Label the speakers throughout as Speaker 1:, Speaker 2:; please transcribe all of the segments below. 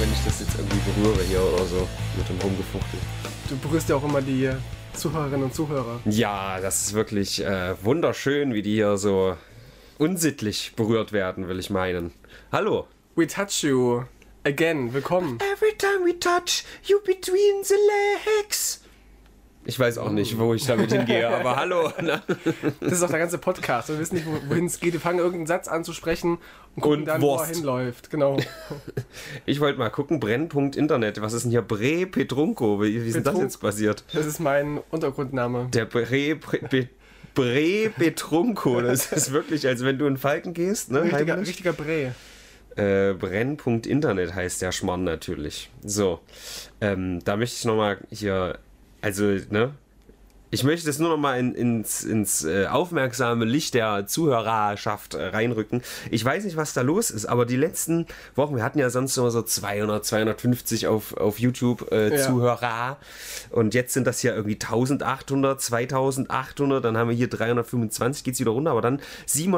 Speaker 1: wenn ich das jetzt irgendwie berühre hier oder so mit dem Rumgefuchtel.
Speaker 2: Du berührst ja auch immer die Zuhörerinnen und Zuhörer.
Speaker 1: Ja, das ist wirklich äh, wunderschön, wie die hier so unsittlich berührt werden, will ich meinen. Hallo.
Speaker 2: We touch you again. Willkommen.
Speaker 1: Every time we touch you between the legs. Ich weiß auch nicht, wo ich damit hingehe, aber hallo. ne?
Speaker 2: Das ist auch der ganze Podcast. Wir wissen nicht, wo- wohin es geht. Wir fangen irgendeinen Satz an zu sprechen und gucken
Speaker 1: Und
Speaker 2: dann, wo er
Speaker 1: Wurst.
Speaker 2: hinläuft. Genau.
Speaker 1: Ich wollte mal gucken, Brennpunkt Internet. Was ist denn hier Bre Petrunko? Wie, wie ist denn das
Speaker 2: Petrun-
Speaker 1: jetzt passiert?
Speaker 2: Das ist mein Untergrundname.
Speaker 1: Der Bre, Bre, Be- Bre Petrunko. Das ist wirklich, als wenn du in Falken gehst, ne?
Speaker 2: Richtiger,
Speaker 1: heimlich?
Speaker 2: richtiger Bre.
Speaker 1: Äh, Brennpunkt Internet heißt der Schmarrn natürlich. So, ähm, da möchte ich nochmal hier, also, ne? Ich möchte es nur nochmal in, ins, ins äh, aufmerksame Licht der Zuhörerschaft äh, reinrücken. Ich weiß nicht, was da los ist, aber die letzten Wochen, wir hatten ja sonst immer so 200, 250 auf, auf YouTube äh,
Speaker 2: Ja.
Speaker 1: Zuhörer und jetzt sind das ja irgendwie 1800, 2800, dann haben wir hier 325, geht's wieder runter, aber dann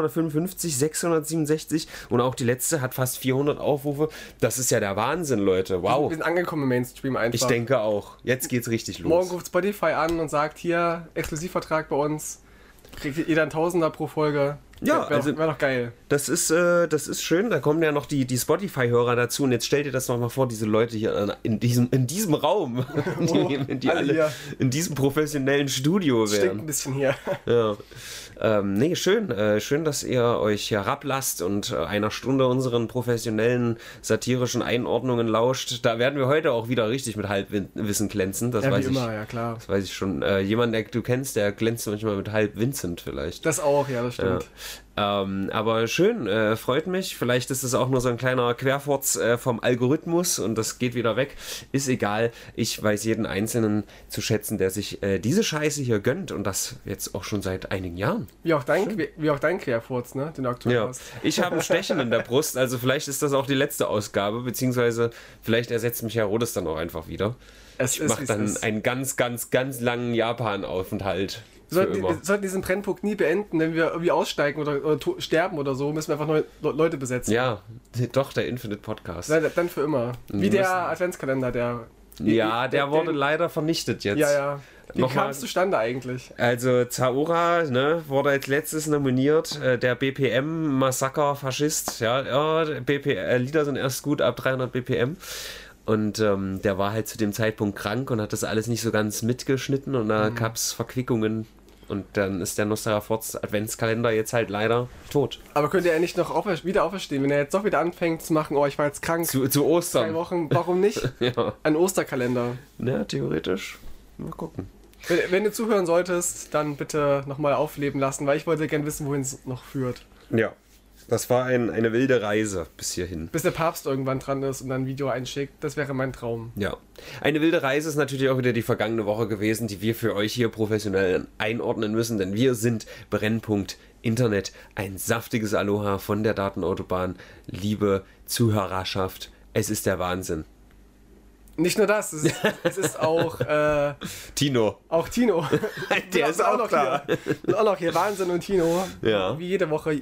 Speaker 1: 755, 667 und auch die letzte hat fast 400 Aufrufe. Das ist ja der Wahnsinn, Leute. Wow.
Speaker 2: Wir sind angekommen im Mainstream einfach.
Speaker 1: Ich denke auch. Jetzt geht's richtig los.
Speaker 2: Morgen ruft Spotify an und sagt, hier, Exklusivvertrag bei uns. Kriegt jeder ein Tausender pro Folge.
Speaker 1: Ja,
Speaker 2: Wäre
Speaker 1: also-
Speaker 2: doch, wär doch geil.
Speaker 1: Das ist, äh, das ist schön. Da kommen ja noch die, die Spotify-Hörer dazu. Und jetzt stell dir das nochmal vor, diese Leute hier an- in diesem, in diesem Raum, die, die
Speaker 2: Oh, alle
Speaker 1: alle
Speaker 2: hier.
Speaker 1: in diesem professionellen Studio
Speaker 2: Stinkt ein
Speaker 1: wären.
Speaker 2: bisschen hier.
Speaker 1: Ja. Ähm, nee, schön. Äh, schön, dass ihr euch herablasst und äh, einer Stunde unseren professionellen satirischen Einordnungen lauscht. Da werden wir heute auch wieder richtig mit Halbwissen glänzen. Das
Speaker 2: Ja, wie
Speaker 1: weiß ich.
Speaker 2: immer, ja klar.
Speaker 1: Das weiß ich schon. Äh, jemand, der du kennst, der glänzt manchmal mit halb Vincent vielleicht.
Speaker 2: Das auch, ja, das
Speaker 1: Ja.
Speaker 2: stimmt.
Speaker 1: Ähm, aber schön, äh, freut mich. Vielleicht ist es auch nur so ein kleiner Querfurz äh, vom Algorithmus und das geht wieder weg. Ist egal. Ich weiß jeden Einzelnen zu schätzen, der sich äh, diese Scheiße hier gönnt und das jetzt auch schon seit einigen Jahren.
Speaker 2: Wie auch dein, wie, wie auch dein Querfurz, ne? Den du aktuell
Speaker 1: Ja.
Speaker 2: hast.
Speaker 1: Ich habe ein Stechen in der Brust, also vielleicht ist das auch die letzte Ausgabe, beziehungsweise vielleicht ersetzt mich Herr Rodes dann auch einfach wieder.
Speaker 2: Es
Speaker 1: Ich mache
Speaker 2: wie's
Speaker 1: dann einen ganz, ganz, ganz langen Japan-Aufenthalt.
Speaker 2: Wir
Speaker 1: Für
Speaker 2: sollten, wir
Speaker 1: immer.
Speaker 2: sollten diesen Brennpunkt nie beenden, wenn wir irgendwie aussteigen oder, oder to- sterben oder so, müssen wir einfach neue Le Leute besetzen.
Speaker 1: Ja, doch, der Infinite Podcast.
Speaker 2: Dann, dann für immer. Wie
Speaker 1: Wir
Speaker 2: der
Speaker 1: müssen-
Speaker 2: Adventskalender, der.
Speaker 1: Ja, der wurde
Speaker 2: den-
Speaker 1: leider vernichtet jetzt.
Speaker 2: Ja, ja. Wie
Speaker 1: Nochmal-
Speaker 2: kam es zustande eigentlich?
Speaker 1: Also Zaura ne, wurde als letztes nominiert, äh, der BPM-Massaker-Faschist. Ja, ja BP, äh, Lieder sind erst gut ab 300 BPM. Und ähm, der war halt zu dem Zeitpunkt krank und hat das alles nicht so ganz mitgeschnitten und da gab's Verquickungen. Und dann ist der Nostra-Forts Adventskalender jetzt halt leider tot.
Speaker 2: Aber könnte er nicht noch aufer wieder auferstehen, wenn er jetzt doch wieder anfängt zu machen, oh, ich war jetzt krank,
Speaker 1: Zu, zu
Speaker 2: zwei
Speaker 1: Ostern.
Speaker 2: Wochen, warum nicht?
Speaker 1: Ja,
Speaker 2: Ein Osterkalender.
Speaker 1: ne, theoretisch. Mal gucken.
Speaker 2: Wenn, wenn du zuhören solltest, dann bitte nochmal aufleben lassen, weil ich wollte gerne wissen, wohin es noch führt.
Speaker 1: Ja, das war ein, eine wilde Reise bis hierhin.
Speaker 2: Bis der Papst irgendwann dran ist und dann ein Video einschickt, das wäre mein Traum.
Speaker 1: Ja. Eine wilde Reise ist natürlich auch wieder die vergangene Woche gewesen, die wir für euch hier professionell einordnen müssen, denn wir sind Brennpunkt Internet. Ein saftiges Aloha von der Datenautobahn. Liebe Zuhörerschaft, es ist der Wahnsinn.
Speaker 2: Nicht nur das, es ist, es ist auch. Äh,
Speaker 1: Tino.
Speaker 2: Auch Tino.
Speaker 1: Der ist auch da.
Speaker 2: hier. Sind auch noch hier. Wahnsinn und Tino.
Speaker 1: Ja.
Speaker 2: Wie jede Woche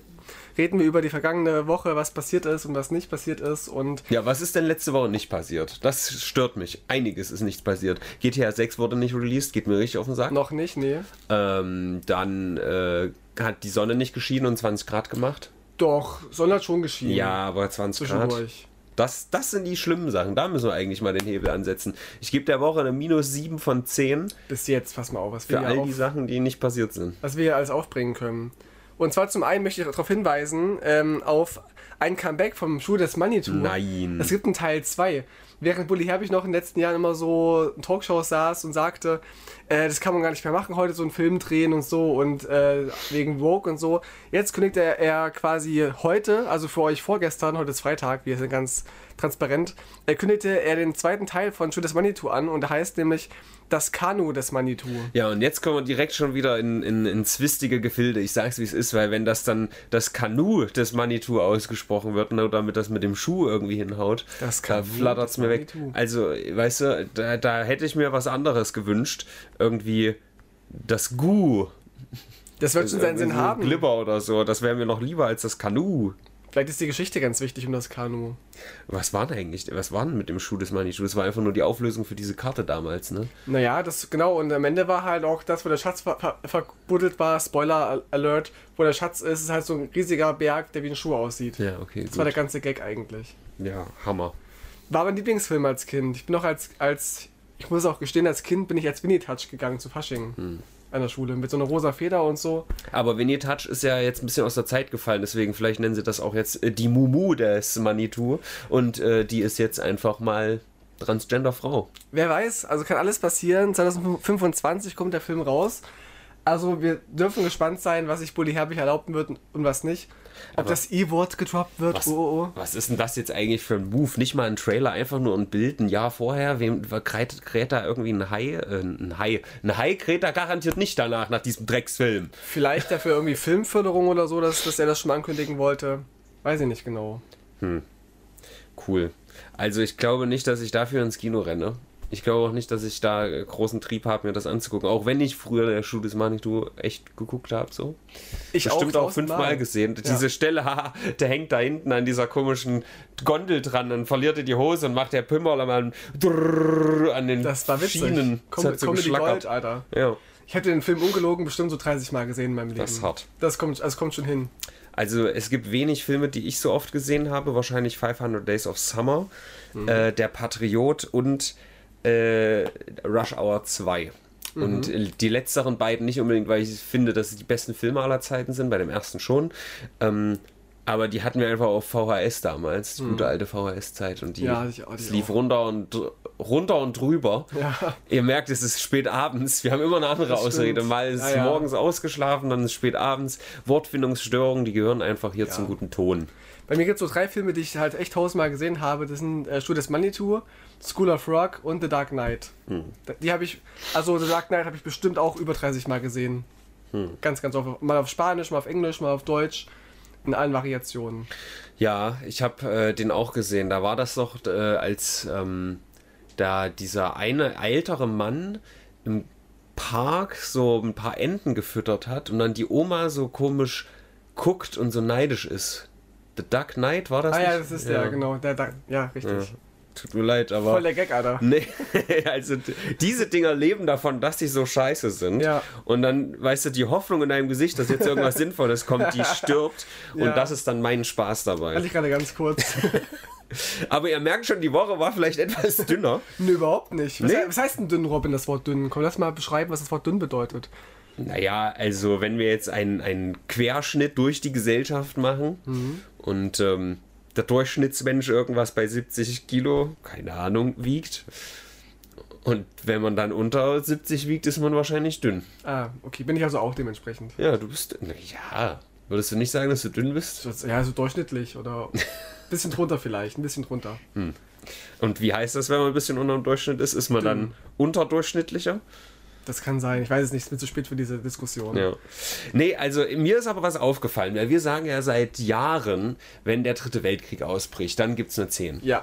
Speaker 2: reden wir über die vergangene Woche, was passiert ist und was nicht passiert ist. Und
Speaker 1: Ja, was ist denn letzte Woche nicht passiert? Das stört mich. Einiges ist nicht passiert. GTA 6 wurde nicht released, geht mir richtig auf den Sack.
Speaker 2: noch nicht, nee.
Speaker 1: Ähm, dann äh, hat die Sonne nicht geschienen und 20 Grad gemacht.
Speaker 2: Doch, soll das schon geschehen.
Speaker 1: Ja, aber 20 Grad.
Speaker 2: Zwischendurch.
Speaker 1: Das, das sind die schlimmen Sachen. Da müssen wir eigentlich mal den Hebel ansetzen. Ich gebe der Woche eine minus 7 von 10
Speaker 2: Bis jetzt, pass mal auf, was
Speaker 1: für
Speaker 2: wir, hier
Speaker 1: all
Speaker 2: auf,
Speaker 1: die Sachen, die nicht passiert sind.
Speaker 2: was wir hier alles aufbringen können. Und zwar zum einen möchte ich darauf hinweisen, ähm, auf ein Comeback vom Schuh des Manitou.
Speaker 1: Nein.
Speaker 2: Es gibt einen Teil 2. Während Bully Herbig noch in den letzten Jahren immer so in Talkshows saß und sagte, äh, das kann man gar nicht mehr machen, heute so einen Film drehen und so und äh, wegen Vogue und so. Jetzt kündigt er, er quasi heute, also für euch vorgestern, heute ist Freitag, wir sind ganz transparent, er kündigte er den zweiten Teil von Schuh des Manitou an und der heißt nämlich Das Kanu des Manitou.
Speaker 1: Ja, und jetzt kommen wir direkt schon wieder in, in, in zwistige Gefilde. Ich sag's, wie es ist, weil wenn das dann das Kanu des Manitou ausgesprochen wird, nur damit das mit dem Schuh irgendwie hinhaut,
Speaker 2: Das
Speaker 1: da
Speaker 2: Kanu
Speaker 1: flattert's
Speaker 2: des
Speaker 1: mir weg.
Speaker 2: Manitou.
Speaker 1: Also, weißt du, da, da hätte ich mir was anderes gewünscht. Irgendwie das Gu.
Speaker 2: Das wird schon seinen
Speaker 1: also Irgendwie
Speaker 2: Sinn
Speaker 1: so ein
Speaker 2: haben.
Speaker 1: Glibber oder so. Das wäre mir noch lieber als das Kanu.
Speaker 2: Vielleicht ist die Geschichte ganz wichtig um das Kanu.
Speaker 1: Was war denn eigentlich, was war denn mit dem Schuh des Manitou? Das war einfach nur die Auflösung für diese Karte damals, ne?
Speaker 2: Naja, das genau. Und am Ende war halt auch das, wo der Schatz ver ver verbuddelt war, Spoiler Alert, wo der Schatz ist, ist halt so ein riesiger Berg, der wie ein Schuh aussieht.
Speaker 1: Ja, okay,
Speaker 2: Das
Speaker 1: gut.
Speaker 2: war der ganze Gag eigentlich.
Speaker 1: ja, Hammer.
Speaker 2: War mein Lieblingsfilm als Kind. Ich bin auch als, als ich muss auch gestehen, als Kind bin ich als Winnie Touch gegangen zu Fasching an der Schule mit so einer rosa Feder und so.
Speaker 1: Aber Vinny Touch ist ja jetzt ein bisschen aus der Zeit gefallen, deswegen vielleicht nennen sie das auch jetzt äh, die Mumu des Manitou und äh, die ist jetzt einfach mal Transgender-Frau.
Speaker 2: Wer weiß, also kann alles passieren. 2025 kommt der Film raus. Also wir dürfen gespannt sein, was sich Bully Herbig erlauben wird und was nicht. Ob
Speaker 1: Aber-
Speaker 2: das E-Wort gedroppt wird.
Speaker 1: Was,
Speaker 2: Oh, oh, oh.
Speaker 1: was ist denn das jetzt eigentlich für ein Move? Nicht mal ein Trailer, einfach nur ein Bild ein Jahr vorher. Wem kräht, kräht da irgendwie ein Hai? Äh, ein Hai. Ein Hai kräht da garantiert nicht danach, nach diesem Drecksfilm.
Speaker 2: Vielleicht dafür irgendwie Filmförderung oder so, dass, dass er das schon mal ankündigen wollte. Weiß ich nicht genau.
Speaker 1: Cool. Also ich glaube nicht, dass ich dafür ins Kino renne. Ich glaube auch nicht, dass ich da äh, großen Trieb habe, mir das anzugucken. Auch wenn ich früher der Schuh des Manitou echt geguckt habe, so.
Speaker 2: Ich
Speaker 1: Bestimmt auch
Speaker 2: tausendmal.
Speaker 1: fünfmal gesehen.
Speaker 2: Ja.
Speaker 1: Diese Stelle, haha, der hängt da hinten an dieser komischen Gondel dran, dann verliert er die Hose und macht der Pimmerlermann drrrr an den
Speaker 2: Das war witzig.
Speaker 1: Schienen. Das
Speaker 2: Kom
Speaker 1: hat so
Speaker 2: Comedy
Speaker 1: geschlackert.
Speaker 2: Gold, Alter.
Speaker 1: Ja,
Speaker 2: Ich hätte den Film ungelogen bestimmt so 30 Mal gesehen in meinem Leben.
Speaker 1: das ist hart.
Speaker 2: Das kommt, das kommt schon hin.
Speaker 1: Also es gibt wenig Filme, die ich so oft gesehen habe. Wahrscheinlich 500 Days of Summer,
Speaker 2: Mhm.
Speaker 1: äh, Der Patriot und äh, Rush Hour 2.
Speaker 2: Mhm.
Speaker 1: Und äh, die letzteren beiden nicht unbedingt, weil ich finde, dass sie die besten Filme aller Zeiten sind, bei dem ersten schon. Ähm, aber die hatten wir einfach auf VHS damals, die gute alte VHS-Zeit. Und die,
Speaker 2: Mhm. Ja, hatte ich auch, die
Speaker 1: es lief
Speaker 2: auch.
Speaker 1: runter und dr- runter und drüber.
Speaker 2: Ja.
Speaker 1: Ihr merkt, es ist spät abends. Wir haben immer eine andere
Speaker 2: Das
Speaker 1: Ausrede.
Speaker 2: stimmt.
Speaker 1: Mal ist
Speaker 2: Ja,
Speaker 1: es
Speaker 2: ja.
Speaker 1: morgens ausgeschlafen, dann ist es spät abends. Wortfindungsstörungen, die gehören einfach hier zum guten Ton.
Speaker 2: Bei mir gibt es so drei Filme, die ich halt echt tausendmal gesehen habe. Das sind äh, Stuhl des Manitou, School of Rock und The Dark Knight. Da- Die habe ich, also The Dark Knight habe ich bestimmt auch über 30 Mal gesehen. Ganz, ganz oft. Mal auf Spanisch, mal auf Englisch, mal auf Deutsch. In allen Variationen.
Speaker 1: Ja, ich habe äh, den auch gesehen. Da war das doch, äh, als ähm, da dieser eine ältere Mann im Park so ein paar Enten gefüttert hat und dann die Oma so komisch guckt und so neidisch ist. The Duck Knight war das?
Speaker 2: Ah ja,
Speaker 1: nicht?
Speaker 2: das ist der, genau. Der, Dark- ja, richtig.
Speaker 1: Tut mir leid, aber.
Speaker 2: Voll der Gag, Alter.
Speaker 1: Nee, also d- diese Dinger leben davon, dass die so scheiße sind.
Speaker 2: Ja.
Speaker 1: Und dann, weißt du, die Hoffnung in deinem Gesicht, dass jetzt irgendwas Sinnvolles kommt, die stirbt. Und
Speaker 2: Ja. Also
Speaker 1: das ist dann mein Spaß
Speaker 2: Hatte
Speaker 1: dabei.
Speaker 2: ich gerade ganz kurz.
Speaker 1: Aber ihr merkt schon, die Woche war vielleicht etwas dünner.
Speaker 2: Nö, überhaupt nicht. Was,
Speaker 1: Nee.
Speaker 2: he- was heißt denn dünn, Robin, das Wort dünn? Komm, lass mal beschreiben, was das Wort dünn bedeutet.
Speaker 1: Naja, also wenn wir jetzt einen, einen Querschnitt durch die Gesellschaft machen
Speaker 2: Mhm.
Speaker 1: und ähm, der Durchschnittsmensch irgendwas bei 70 Kilo, keine Ahnung, wiegt. Und wenn man dann unter 70 wiegt, ist man wahrscheinlich dünn.
Speaker 2: Ah, okay, bin ich also auch dementsprechend.
Speaker 1: Ja, du bist. Na ja. Würdest du nicht sagen, dass du dünn bist?
Speaker 2: So- Ja, so durchschnittlich oder ein bisschen drunter vielleicht, ein bisschen drunter.
Speaker 1: Und wie heißt das, wenn man ein bisschen unter dem Durchschnitt ist? Ist man dann unterdurchschnittlicher?
Speaker 2: Das kann sein. Ich weiß es nicht, es ist mir zu spät für diese Diskussion.
Speaker 1: Ja. Nee, also mir ist aber was aufgefallen, weil wir sagen ja seit Jahren, wenn der dritte Weltkrieg ausbricht, dann gibt es eine 10.
Speaker 2: Ja.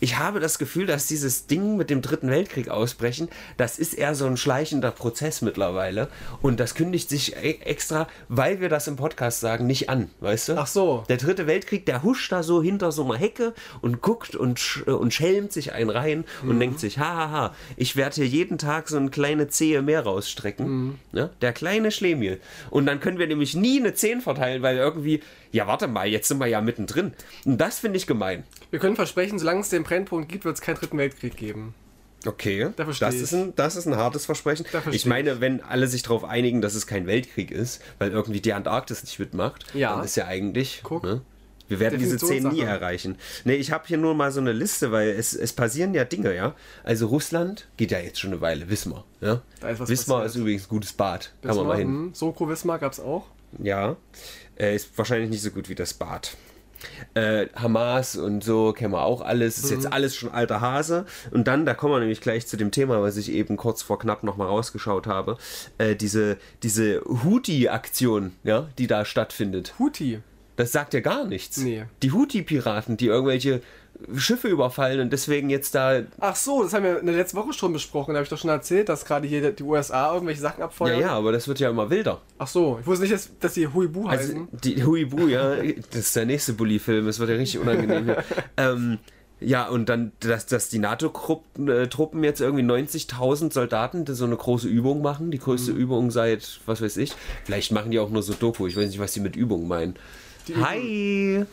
Speaker 1: Ich habe das Gefühl, dass dieses Ding mit dem dritten Weltkrieg ausbrechen, das ist eher so ein schleichender Prozess mittlerweile. Und das kündigt sich e- extra, weil wir das im Podcast sagen, nicht an, weißt du?
Speaker 2: Ach so.
Speaker 1: Der dritte Weltkrieg, der huscht da so hinter so einer Hecke und guckt und, sch äh, und schelmt sich einen rein
Speaker 2: Mhm.
Speaker 1: und denkt sich, hahaha, ich werde hier jeden Tag so eine kleine Zehe mehr rausstrecken.
Speaker 2: Mhm.
Speaker 1: Ne? Der kleine Schlemiel. Und dann können wir nämlich nie eine 10 verteilen, weil irgendwie, ja warte mal, jetzt sind wir ja mittendrin. Und das finde ich gemein.
Speaker 2: Wir können versprechen, solange es den Brennpunkt gibt, wird es keinen dritten Weltkrieg geben.
Speaker 1: Okay,
Speaker 2: Da verstehe
Speaker 1: das,
Speaker 2: ich.
Speaker 1: ist ein, das ist ein hartes Versprechen.
Speaker 2: Da verstehe
Speaker 1: Ich meine, wenn alle sich darauf einigen, dass es kein Weltkrieg ist, weil irgendwie die Antarktis nicht mitmacht,
Speaker 2: Ja.
Speaker 1: dann ist ja eigentlich.
Speaker 2: Guck.
Speaker 1: Ne? Wir werden diese 10 nie
Speaker 2: Definitionssache.
Speaker 1: erreichen. Nee, ich habe hier nur mal so eine Liste, weil es, es passieren ja Dinge, ja. Also Russland geht ja jetzt schon eine Weile, Wismar. Ja?
Speaker 2: Da ist was
Speaker 1: Wismar
Speaker 2: passiert.
Speaker 1: ist übrigens ein gutes Bad. Kann man
Speaker 2: Wismar,
Speaker 1: mal hin.
Speaker 2: hm, Soko Wismar gab es auch.
Speaker 1: Ja. Äh, ist wahrscheinlich nicht so gut wie das Bad. Äh, Hamas und so kennen wir auch alles. Ist jetzt alles schon alter Hase. Und dann, da kommen wir nämlich gleich zu dem Thema, was ich eben kurz vor knapp nochmal rausgeschaut habe. Äh, diese diese Houthi-Aktion, ja, die da stattfindet.
Speaker 2: Huti.
Speaker 1: Das sagt ja gar nichts.
Speaker 2: Nee.
Speaker 1: Die Houthi-Piraten, die irgendwelche Schiffe überfallen und deswegen jetzt da.
Speaker 2: Ach so, das haben wir in der letzten Woche schon besprochen. Da habe ich doch schon erzählt, dass gerade hier die USA irgendwelche Sachen
Speaker 1: Ja,
Speaker 2: abfeuern.
Speaker 1: ja, aber das wird ja immer wilder.
Speaker 2: Ach so, ich wusste nicht, dass, dass die Huibu
Speaker 1: Also,
Speaker 2: heißen.
Speaker 1: die Huibu, ja, das ist der nächste Bulli-Film, das wird ja richtig unangenehm hier. ähm, ja, und dann, dass, dass die NATO-Truppen äh, Truppen jetzt irgendwie 90.000 Soldaten die so eine große Übung machen, die größte Übung seit, was weiß ich, vielleicht machen die auch nur so Doku, ich weiß nicht, was die mit Übung meinen. Hi!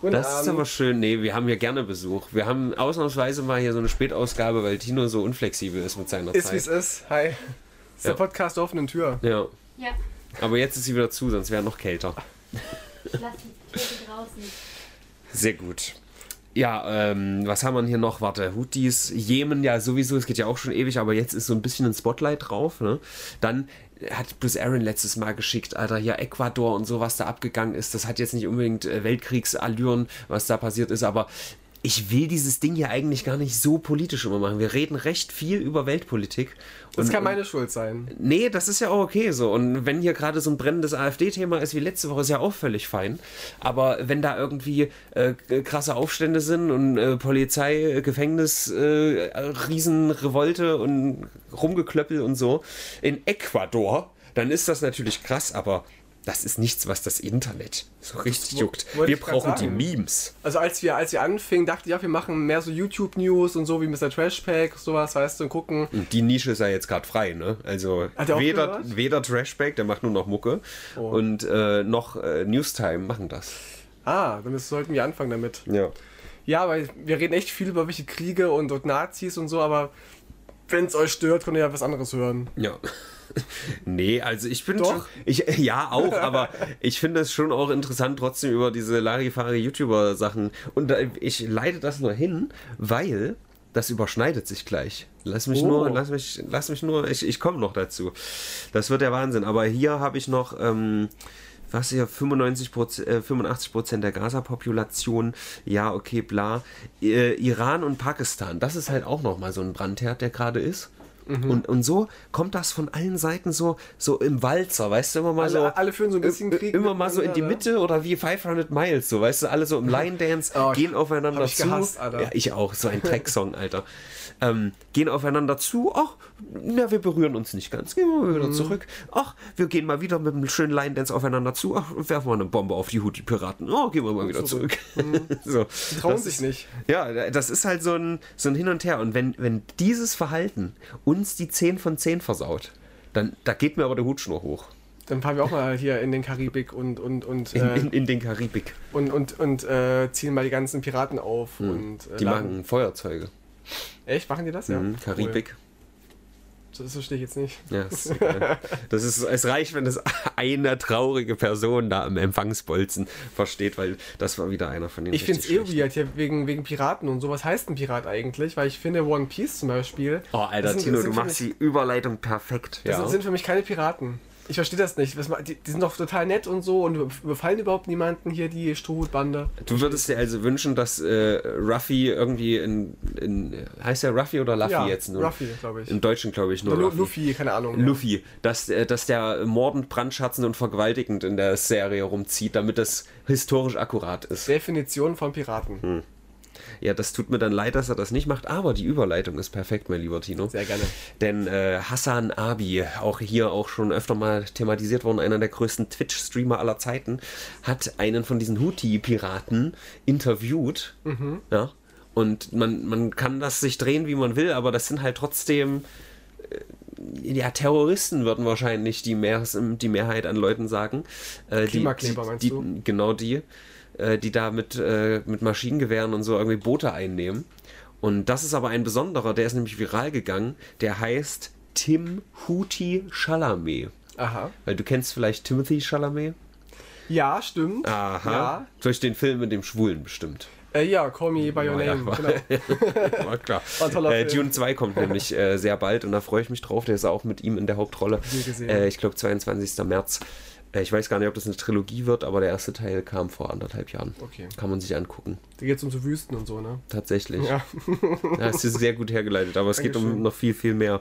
Speaker 2: Guten
Speaker 1: Das ist
Speaker 2: Abend.
Speaker 1: aber schön. Nee, wir haben hier gerne Besuch. Wir haben ausnahmsweise mal hier so eine Spätausgabe, weil Tino so unflexibel ist mit seiner
Speaker 2: Ist wie
Speaker 1: Zeit.
Speaker 2: es ist. Hi. Ist
Speaker 1: Ja.
Speaker 2: der Podcast der offenen Tür.
Speaker 1: Ja.
Speaker 3: Ja,
Speaker 1: Aber jetzt ist sie wieder zu, sonst wäre noch kälter.
Speaker 3: ich lasse die Tiere draußen.
Speaker 1: Sehr gut. Ja, ähm, was haben wir denn hier noch? Warte, Houthis, Jemen, ja sowieso, es geht ja auch schon ewig, aber jetzt ist so ein bisschen ein Spotlight drauf. Ne? Dann hat Bruce Aaron letztes Mal geschickt, Alter, hier Ecuador und so, was da abgegangen ist. Das hat jetzt nicht unbedingt äh, Weltkriegsallüren, was da passiert ist, aber ich will dieses Ding hier eigentlich gar nicht so politisch immer machen. Wir reden recht viel über Weltpolitik.
Speaker 2: Das
Speaker 1: und-
Speaker 2: kann meine Schuld sein.
Speaker 1: Nee, das ist ja auch okay so. Und wenn hier gerade so ein brennendes AfD-Thema ist wie letzte Woche, ist ja auch völlig fein. Aber wenn da irgendwie äh, krasse Aufstände sind und äh, Polizei, äh, Gefängnis, äh, Riesenrevolte und Rumgeklöppel und so in Ecuador, dann ist das natürlich krass, aber das ist nichts, was das Internet so richtig
Speaker 2: wo-
Speaker 1: juckt.
Speaker 2: wollte
Speaker 1: Wir
Speaker 2: ich grad
Speaker 1: brauchen die
Speaker 2: sagen.
Speaker 1: Memes.
Speaker 2: Also als wir, als wir anfingen, dachte ich, ja, wir machen mehr so YouTube-News und so wie Mr. Trashpack, sowas, weißt du, und gucken.
Speaker 1: Und die Nische ist ja jetzt gerade frei, ne? Also
Speaker 2: Hat er auch
Speaker 1: weder,
Speaker 2: gehört? Oh.
Speaker 1: weder Trashback, der macht nur noch Mucke, und äh, noch äh, Newstime machen das.
Speaker 2: Ah, dann müssen- sollten wir anfangen damit.
Speaker 1: Ja.
Speaker 2: Ja, weil wir reden echt viel über welche Kriege und, und Nazis und so, aber wenn es euch stört, könnt ihr ja was anderes hören.
Speaker 1: Ja. Nee, also ich bin
Speaker 2: Doch.
Speaker 1: schon. Ich, ja, auch, aber ich finde es schon auch interessant, trotzdem über diese Larifari-YouTuber-Sachen. Und da- ich leite das nur hin, weil das überschneidet sich gleich. Lass mich
Speaker 2: Oh.
Speaker 1: nur, lass mich, lass mich nur, ich, ich komme noch dazu. Das wird der Wahnsinn. Aber hier habe ich noch, ähm, was hier, 95 äh, 85 Prozent der Gaza-Population, ja, okay, bla. Äh, Iran und Pakistan, das ist halt auch nochmal so ein Brandherd, der gerade ist.
Speaker 2: Mhm.
Speaker 1: Und, und so kommt das von allen Seiten so, so im Walzer, weißt du, immer mal
Speaker 2: Alle-
Speaker 1: so.
Speaker 2: alle führen so ein bisschen
Speaker 1: i-
Speaker 2: Krieg
Speaker 1: Immer mal so in die
Speaker 2: miteinander,
Speaker 1: Mitte oder wie 500 Miles, so, weißt du, alle so im Line-Dance,
Speaker 2: Oh,
Speaker 1: gehen aufeinander
Speaker 2: hab ich
Speaker 1: zu.
Speaker 2: gehasst, Alter.
Speaker 1: Ja, ich auch, so ein Drecksong, Alter. Ähm, gehen aufeinander zu, ach, na, wir berühren uns nicht ganz, gehen wir mal
Speaker 2: Mhm.
Speaker 1: wieder zurück. Ach, wir gehen mal wieder mit einem schönen Line-Dance aufeinander zu, ach, werfen wir eine Bombe auf die Houthi-Piraten, oh, gehen wir mal wieder zurück.
Speaker 2: zurück.
Speaker 1: so,
Speaker 2: Mhm. Die trauen
Speaker 1: das
Speaker 2: sich
Speaker 1: ist-
Speaker 2: nicht.
Speaker 1: ja, das ist halt so ein, so ein Hin und Her. Und wenn, wenn dieses Verhalten uns die 10 von 10 versaut, dann da geht mir aber der Hutschnur hoch.
Speaker 2: Dann fahren wir auch mal hier in den Karibik und und und
Speaker 1: In,
Speaker 2: äh,
Speaker 1: in, in den Karibik.
Speaker 2: und und, und äh, ziehen mal die ganzen Piraten auf und äh,
Speaker 1: Hm. Die
Speaker 2: laden-
Speaker 1: machen Feuerzeuge.
Speaker 2: Echt, machen die das? Ja.
Speaker 1: Mhm, Karibik.
Speaker 2: Cool. Das verstehe ich jetzt nicht.
Speaker 1: Ja, ist egal. das ist, es reicht, wenn das eine traurige Person da im Empfangsbolzen versteht, weil das war wieder einer von den
Speaker 2: Ich finde es eh
Speaker 1: irgendwie.
Speaker 2: weird hier wegen, wegen Piraten und so. Was heißt ein Pirat eigentlich? Weil ich finde One Piece zum Beispiel.
Speaker 1: Oh, Alter,
Speaker 2: das sind-
Speaker 1: Tino,
Speaker 2: das
Speaker 1: du
Speaker 2: sind für
Speaker 1: machst
Speaker 2: mich,
Speaker 1: die Überleitung perfekt.
Speaker 2: Das
Speaker 1: Ja.
Speaker 2: sind für mich keine Piraten. Ich verstehe das nicht. Was, ma- die, die sind doch total nett und so und überfallen überhaupt niemanden hier, die Strohhutbande.
Speaker 1: Du würdest dir also wünschen, dass äh, Ruffy irgendwie in, in. Heißt der Ruffy oder Luffy
Speaker 2: Ja,
Speaker 1: jetzt nur?
Speaker 2: Ruffy, glaube ich.
Speaker 1: Im Deutschen, glaube ich, nur.
Speaker 2: Lu-
Speaker 1: Ruffy.
Speaker 2: Luffy, keine Ahnung.
Speaker 1: Luffy, dass, äh, dass der mordend, brandschatzend und vergewaltigend in der Serie rumzieht, damit das historisch akkurat ist.
Speaker 2: Definition von Piraten.
Speaker 1: Hm. Ja, das tut mir dann leid, dass er das nicht macht, aber die Überleitung ist perfekt, mein lieber Tino.
Speaker 2: Sehr gerne.
Speaker 1: Denn äh, Hassan Abi, auch hier auch schon öfter mal thematisiert worden, einer der größten Twitch-Streamer aller Zeiten, hat einen von diesen Houthi-Piraten interviewt.
Speaker 2: Mhm.
Speaker 1: Ja. Und man, man kann das sich drehen, wie man will, aber das sind halt trotzdem äh, ja, Terroristen, würden wahrscheinlich die, Mehr, die Mehrheit an Leuten sagen. Äh, die-
Speaker 2: Klimakleber,
Speaker 1: die,
Speaker 2: meinst
Speaker 1: die,
Speaker 2: du?
Speaker 1: Genau die, äh, die da mit, äh, mit Maschinengewehren und so irgendwie Boote einnehmen. Und das ist aber ein besonderer, der ist nämlich viral gegangen, der heißt Tim Huti Chalamet.
Speaker 2: Aha.
Speaker 1: Weil du kennst vielleicht Timothy Chalamet?
Speaker 2: Ja, stimmt.
Speaker 1: Aha.
Speaker 2: Ja.
Speaker 1: Durch den Film mit dem Schwulen bestimmt.
Speaker 2: Äh, ja, call me by your
Speaker 1: Ah, ja,
Speaker 2: name.
Speaker 1: war,
Speaker 2: Genau.
Speaker 1: war klar.
Speaker 2: War ein Oh, toller
Speaker 1: äh,
Speaker 2: Film.
Speaker 1: Dune 2 kommt nämlich äh, sehr bald und da freue ich mich drauf. Der ist auch mit ihm in der Hauptrolle.
Speaker 2: Nie gesehen.
Speaker 1: Äh, ich glaube 22. März. Äh, ich weiß gar nicht, ob das eine Trilogie wird, aber der erste Teil kam vor anderthalb Jahren.
Speaker 2: Okay.
Speaker 1: Kann man sich angucken.
Speaker 2: Da geht's um so Wüsten und so, ne?
Speaker 1: Tatsächlich.
Speaker 2: Ja.
Speaker 1: Ja, hast du sehr gut hergeleitet, aber es geht um
Speaker 2: Dankeschön.
Speaker 1: noch viel, viel mehr.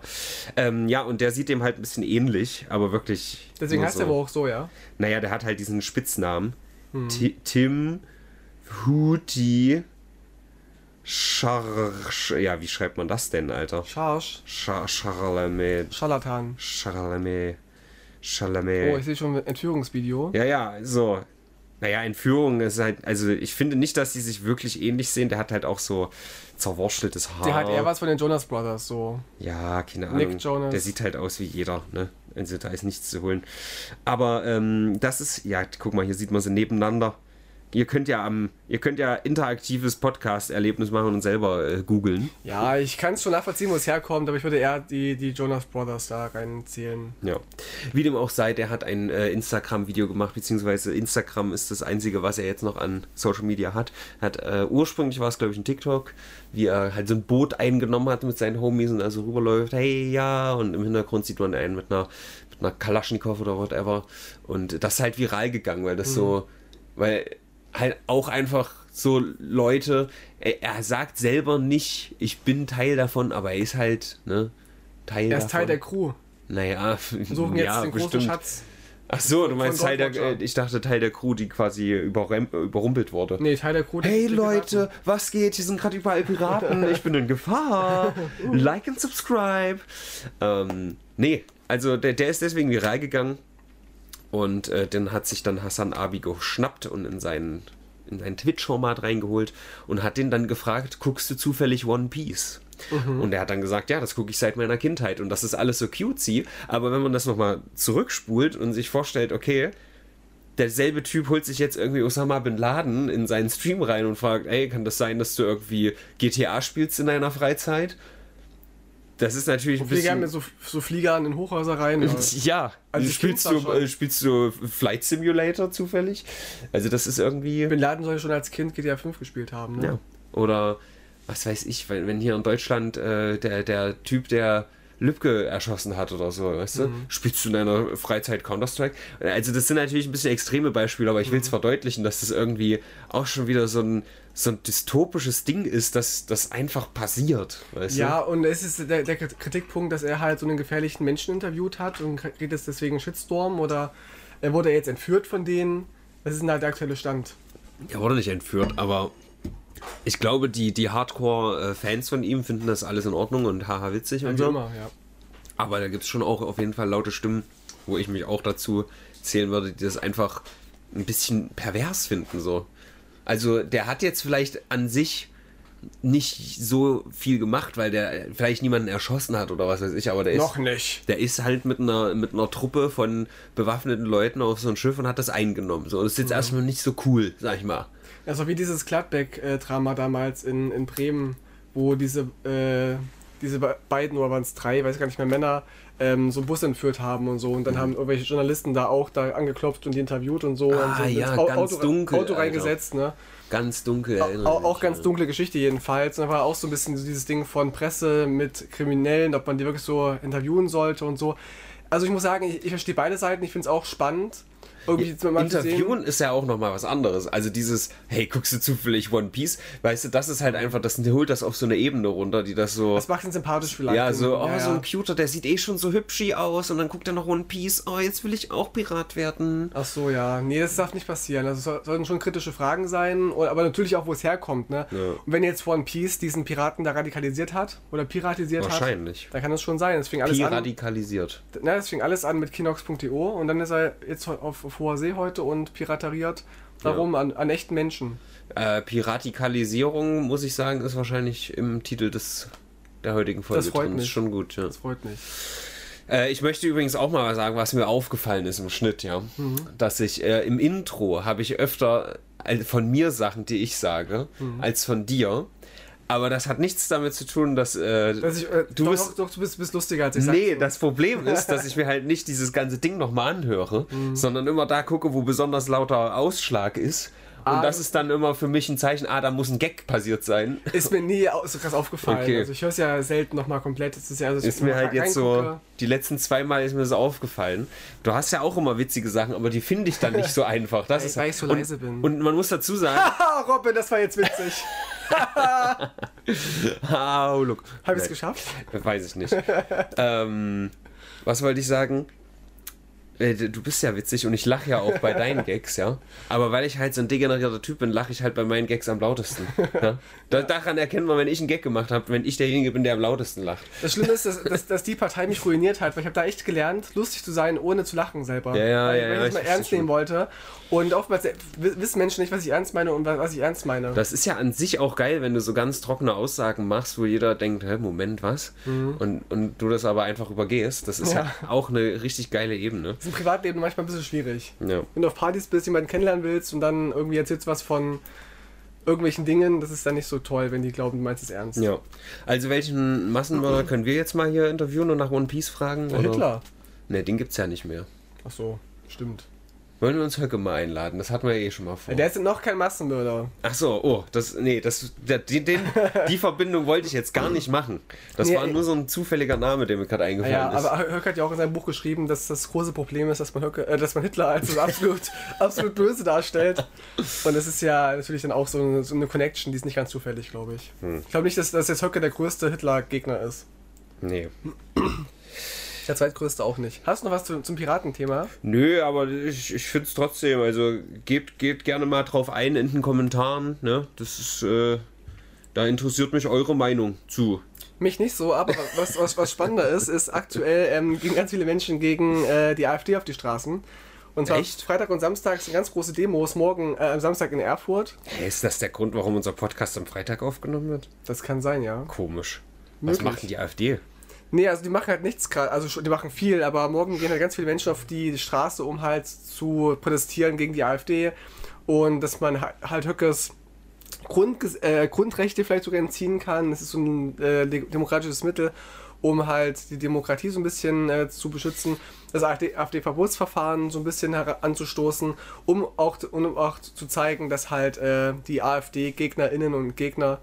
Speaker 1: Ähm, ja, und der sieht dem halt ein bisschen ähnlich, aber wirklich.
Speaker 2: Deswegen
Speaker 1: nur
Speaker 2: heißt
Speaker 1: so.
Speaker 2: er aber auch so, ja?
Speaker 1: Naja, der hat halt
Speaker 2: Hm.
Speaker 1: diesen Spitznamen. Ti- Tim Huti Char ja, wie schreibt man das denn, Alter?
Speaker 2: Charge.
Speaker 1: Char Charlemagne.
Speaker 2: Scharlatan.
Speaker 1: Charlemagne.
Speaker 2: Oh,
Speaker 1: Charlemagne.
Speaker 2: ich sehe schon ein Entführungsvideo.
Speaker 1: Ja, ja, so. Naja, Entführung ist halt, also ich finde nicht, dass die sich wirklich ähnlich sehen. Der hat halt auch so zerwurschteltes Haar.
Speaker 2: Der hat eher was von den Jonas Brothers, so.
Speaker 1: Ja, keine Ahnung.
Speaker 2: Nick Jonas.
Speaker 1: Der sieht halt aus wie jeder, ne? Also da ist nichts zu holen. Aber ähm, das ist, ja, guck mal, hier sieht man sie nebeneinander. Ihr könnt ja am, ihr könnt ja interaktives Podcast-Erlebnis machen und selber äh, googeln.
Speaker 2: Ja, ich kann es schon nachvollziehen, wo es herkommt, aber ich würde eher die, die Jonas Brothers da reinzählen.
Speaker 1: Ja. Wie dem auch sei, der hat ein äh, Instagram-Video gemacht, beziehungsweise Instagram ist das einzige, was er jetzt noch an Social Media hat. Hat äh, ursprünglich war es, glaube ich, ein TikTok, wie er halt so ein Boot eingenommen hat mit seinen Homies und also rüberläuft, hey ja, und im Hintergrund sieht man einen mit einer, mit einer Kalaschnikow oder whatever. Und das ist halt viral gegangen, weil
Speaker 2: Mhm.
Speaker 1: das so, weil halt auch einfach so Leute, er, er sagt selber nicht, ich bin Teil davon, aber er ist halt, ne? Teil
Speaker 2: Er ist
Speaker 1: davon.
Speaker 2: Teil der Crew.
Speaker 1: Naja,
Speaker 2: Suchen jetzt
Speaker 1: ja,
Speaker 2: den großen
Speaker 1: bestimmt.
Speaker 2: Schatz.
Speaker 1: Ach so, du meinst
Speaker 2: Von
Speaker 1: Teil der,
Speaker 2: Goldwatcher.
Speaker 1: äh, ich dachte Teil der Crew, die quasi überrem- überrumpelt wurde.
Speaker 2: Nee, Teil der Crew. der-
Speaker 1: Hey
Speaker 2: der
Speaker 1: Leute, was geht? Hier sind gerade überall Piraten. Ich bin in Gefahr. Like and subscribe. Ähm, nee, also der, der ist deswegen viral gegangen. Und äh, den hat sich dann Hassan Abi geschnappt und in seinen in sein Twitch-Format reingeholt und hat den dann gefragt, guckst du zufällig One Piece? Und er hat dann gesagt, ja, das gucke ich seit meiner Kindheit und das ist alles so cutesy, aber wenn man das nochmal zurückspult und sich vorstellt, okay, derselbe Typ holt sich jetzt irgendwie Osama Bin Laden in seinen Stream rein und fragt, ey, kann das sein, dass du irgendwie GTA spielst in deiner Freizeit? Das ist natürlich ein
Speaker 2: Wir gerne mit
Speaker 1: bisschen...
Speaker 2: so, so Fliegern in Hochhäuser rein. oder?
Speaker 1: Ja, also
Speaker 2: Also ich
Speaker 1: spielst,
Speaker 2: find's
Speaker 1: du,
Speaker 2: da schon.
Speaker 1: äh, spielst du Flight Simulator zufällig? Also das ist irgendwie...
Speaker 2: Bin Laden soll ja schon als Kind GTA 5 gespielt haben, ne?
Speaker 1: Ja. Oder was weiß ich, wenn, wenn hier in Deutschland äh, der, der Typ, der Lübcke erschossen hat oder so, weißt
Speaker 2: Mhm.
Speaker 1: du? Spielst du in deiner Freizeit Counter-Strike? Also, das sind natürlich ein bisschen extreme Beispiele, aber ich
Speaker 2: Mhm.
Speaker 1: will es verdeutlichen, dass das irgendwie auch schon wieder so ein, so ein dystopisches Ding ist, dass das einfach passiert, weißt
Speaker 2: Ja, und es ist der, der Kritikpunkt, dass er halt so einen gefährlichen Menschen interviewt hat und kriegt jetzt deswegen Shitstorm oder er wurde jetzt entführt von denen. Das ist denn halt der aktuelle Stand.
Speaker 1: du? Er wurde nicht entführt, aber ich glaube, die, die Hardcore-Fans von ihm finden das alles in Ordnung und haha witzig und
Speaker 2: Wie
Speaker 1: so.
Speaker 2: immer, ja.
Speaker 1: Aber da gibt es schon auch auf jeden Fall laute Stimmen, wo ich mich auch dazu zählen würde, die das einfach ein bisschen pervers finden. So. Also der hat jetzt vielleicht an sich nicht so viel gemacht, weil der vielleicht niemanden erschossen hat oder was weiß ich, aber der ist.
Speaker 2: Noch nicht.
Speaker 1: Der ist halt mit einer, mit einer Truppe von bewaffneten Leuten auf so ein Schiff und hat das eingenommen. So, und das
Speaker 2: Mhm.
Speaker 1: ist jetzt erstmal nicht so cool, sag ich mal.
Speaker 2: Also wie dieses Gladbeck-Drama damals in, in Bremen, wo diese, äh, diese be- beiden oder waren es drei, weiß gar nicht mehr, Männer ähm, so einen Bus entführt haben und so. Und dann
Speaker 1: Mhm.
Speaker 2: haben irgendwelche Journalisten da auch da angeklopft und die interviewt und so. und
Speaker 1: Ah,
Speaker 2: so
Speaker 1: ja,
Speaker 2: Au-
Speaker 1: ganz
Speaker 2: Auto,
Speaker 1: dunkel,
Speaker 2: Auto
Speaker 1: Alter.
Speaker 2: reingesetzt, ne?
Speaker 1: Ganz dunkel.
Speaker 2: Au-
Speaker 1: erinnere
Speaker 2: Auch, auch
Speaker 1: mich,
Speaker 2: ganz
Speaker 1: ja.
Speaker 2: dunkle Geschichte jedenfalls. Und da war auch so ein bisschen so dieses Ding von Presse mit Kriminellen, ob man die wirklich so interviewen sollte und so. Also ich muss sagen, ich, ich verstehe beide Seiten, ich finde es auch spannend. Irgendwie jetzt mal zu sehen.
Speaker 1: Interviewen ist ja auch nochmal was anderes. Also dieses, hey, guckst du zufällig One Piece? Weißt du, das ist halt einfach, das holt das auf so eine Ebene runter, die das so...
Speaker 2: Das macht ihn sympathisch vielleicht.
Speaker 1: ja, so,
Speaker 2: Und-
Speaker 1: oh,
Speaker 2: ja,
Speaker 1: so
Speaker 2: ja.
Speaker 1: ein Cuter, der sieht eh schon so hübschi aus und dann guckt er noch One Piece, oh, jetzt will ich auch Pirat werden.
Speaker 2: Ach so, ja. Nee, das darf nicht passieren. Also es soll- sollten schon kritische Fragen sein, oder- aber natürlich auch, wo es herkommt, ne? Und wenn jetzt One Piece diesen Piraten da radikalisiert hat oder piratisiert
Speaker 1: Wahrscheinlich.
Speaker 2: hat, dann kann das schon sein. Es fing alles an.
Speaker 1: Piradikalisiert.
Speaker 2: Na, das ne, fing alles an mit Kinox.io und dann ist er jetzt auf, auf hoher See heute und pirateriert darum an, an echten Menschen.
Speaker 1: Äh, Piratikalisierung, muss ich sagen, ist wahrscheinlich im Titel des der heutigen Folge
Speaker 2: Das freut
Speaker 1: drin. Ist
Speaker 2: mich.
Speaker 1: schon gut, ja.
Speaker 2: Das freut mich.
Speaker 1: Äh, ich möchte übrigens auch mal sagen, was mir aufgefallen ist im Schnitt, ja.
Speaker 2: Mhm.
Speaker 1: Dass ich äh, im Intro habe ich öfter äh, von mir Sachen, die ich sage,
Speaker 2: Mhm.
Speaker 1: als von dir. Aber das hat nichts damit zu tun, dass, äh,
Speaker 2: Dass ich, äh,
Speaker 1: du
Speaker 2: doch,
Speaker 1: bist.
Speaker 2: doch, doch, du bist, bist lustiger als ich
Speaker 1: Nee,
Speaker 2: sag's.
Speaker 1: das Problem ist, dass ich mir halt nicht dieses ganze Ding nochmal anhöre,
Speaker 2: Mhm.
Speaker 1: sondern immer da gucke, wo besonders lauter Ausschlag ist. Und
Speaker 2: Ah.
Speaker 1: das ist dann immer für mich ein Zeichen, ah, da muss ein Gag passiert sein.
Speaker 2: Ist mir nie au- so krass aufgefallen.
Speaker 1: Okay.
Speaker 2: Also ich höre es ja selten nochmal komplett. Es ist, ja, also, dass
Speaker 1: ist
Speaker 2: ich
Speaker 1: mir
Speaker 2: mal
Speaker 1: halt jetzt so,
Speaker 2: reingucke.
Speaker 1: die letzten zweimal ist mir das aufgefallen. Du hast ja auch immer witzige Sachen, aber die finde ich dann nicht so einfach. Das
Speaker 2: Weil-
Speaker 1: ist halt
Speaker 2: weil ich so
Speaker 1: und,
Speaker 2: leise bin.
Speaker 1: Und man muss dazu sagen,
Speaker 2: Ah, Robin, das war jetzt witzig.
Speaker 1: au, Ah, oh, look.
Speaker 2: Habe ich es
Speaker 1: Nein,
Speaker 2: geschafft?
Speaker 1: Weiß ich nicht. ähm, was wollte ich sagen? äh, du bist ja witzig und ich lache ja auch bei deinen Gags, ja. Aber weil ich halt so ein degenerierter Typ bin, lache ich halt bei meinen Gags am lautesten. Ja? Da, daran erkennt man, wenn ich einen Gag gemacht habe, wenn ich derjenige bin, der am lautesten lacht.
Speaker 2: Das Schlimme ist, dass, dass, dass die Partei mich ruiniert hat, weil ich habe da echt gelernt, lustig zu sein, ohne zu lachen selber.
Speaker 1: Ja, ja,
Speaker 2: weil,
Speaker 1: ja,
Speaker 2: weil
Speaker 1: ja,
Speaker 2: ich
Speaker 1: ich
Speaker 2: mal
Speaker 1: verstehe
Speaker 2: ernst nehmen
Speaker 1: schon.
Speaker 2: wollte. Und oftmals äh, w- wissen Menschen nicht, was ich ernst meine und wa- was ich ernst meine.
Speaker 1: Das ist ja an sich auch geil, wenn du so ganz trockene Aussagen machst, wo jeder denkt, Hä, Moment, was?
Speaker 2: Mhm.
Speaker 1: Und, und du das aber einfach übergehst. Das ist ja. auch eine richtig geile Ebene.
Speaker 2: ist im Privatleben manchmal ein bisschen schwierig.
Speaker 1: Ja.
Speaker 2: Wenn du auf Partys bist, jemanden kennenlernen willst und dann irgendwie erzählst du was von irgendwelchen Dingen, das ist dann nicht so toll, wenn die glauben, du meinst es ernst.
Speaker 1: Ja. Also welchen Massenmörder können wir jetzt mal hier interviewen und nach One Piece fragen?
Speaker 2: Der Mhm. Hitler.
Speaker 1: Ne, den gibt's ja nicht mehr.
Speaker 2: Ach so, stimmt.
Speaker 1: Wollen wir uns Höcke mal einladen? Das hatten wir eh schon mal vor.
Speaker 2: Ja, Der ist noch kein Massenmörder.
Speaker 1: Ach so, oh, das, nee, das, der, die, den, die Verbindung wollte ich jetzt gar nicht machen. Das
Speaker 2: Nee,
Speaker 1: war
Speaker 2: äh,
Speaker 1: nur so ein zufälliger Name, der mir gerade eingefallen
Speaker 2: Ja,
Speaker 1: ist.
Speaker 2: aber Höcke hat ja auch in seinem Buch geschrieben, dass das große Problem ist, dass man, Höcke, äh, dass man Hitler als das absolut, absolut böse darstellt. Und das ist ja natürlich dann auch so eine, so eine Connection, die ist nicht ganz zufällig, glaube ich.
Speaker 1: Hm.
Speaker 2: Ich glaube nicht, dass, dass jetzt Höcke der größte Hitler-Gegner ist.
Speaker 1: nee.
Speaker 2: Der zweitgrößte auch nicht. Hast du noch was zu, zum Piratenthema?
Speaker 1: Nö, aber ich, ich finde es trotzdem. Also gebt, gebt gerne mal drauf ein in den Kommentaren. Ne? Das ist, äh, da interessiert mich eure Meinung zu.
Speaker 2: Mich nicht so, aber was, was, was spannender ist, ist aktuell ähm, gehen ganz viele Menschen gegen äh, die AfD auf die Straßen. Und zwar
Speaker 1: Echt?
Speaker 2: Freitag und Samstag sind ganz große Demos, morgen äh, am Samstag in Erfurt.
Speaker 1: Hey, ist das der Grund, warum unser Podcast am Freitag aufgenommen wird?
Speaker 2: Das kann sein, ja.
Speaker 1: Komisch.
Speaker 2: Möglich.
Speaker 1: Was macht denn die AfD?
Speaker 2: Nee, also die machen halt nichts gerade, also schon- die machen viel, aber morgen gehen halt ganz viele Menschen auf die Straße, um halt zu protestieren gegen die AfD und dass man ha- halt Höckes Grund, äh, Grundrechte vielleicht sogar entziehen kann. Das ist so ein äh, de- demokratisches Mittel, um halt die Demokratie so ein bisschen äh, zu beschützen, das AfD AfD-Verbotsverfahren so ein bisschen hera- anzustoßen, um auch, um auch zu zeigen, dass halt äh, die AfD-GegnerInnen und Gegner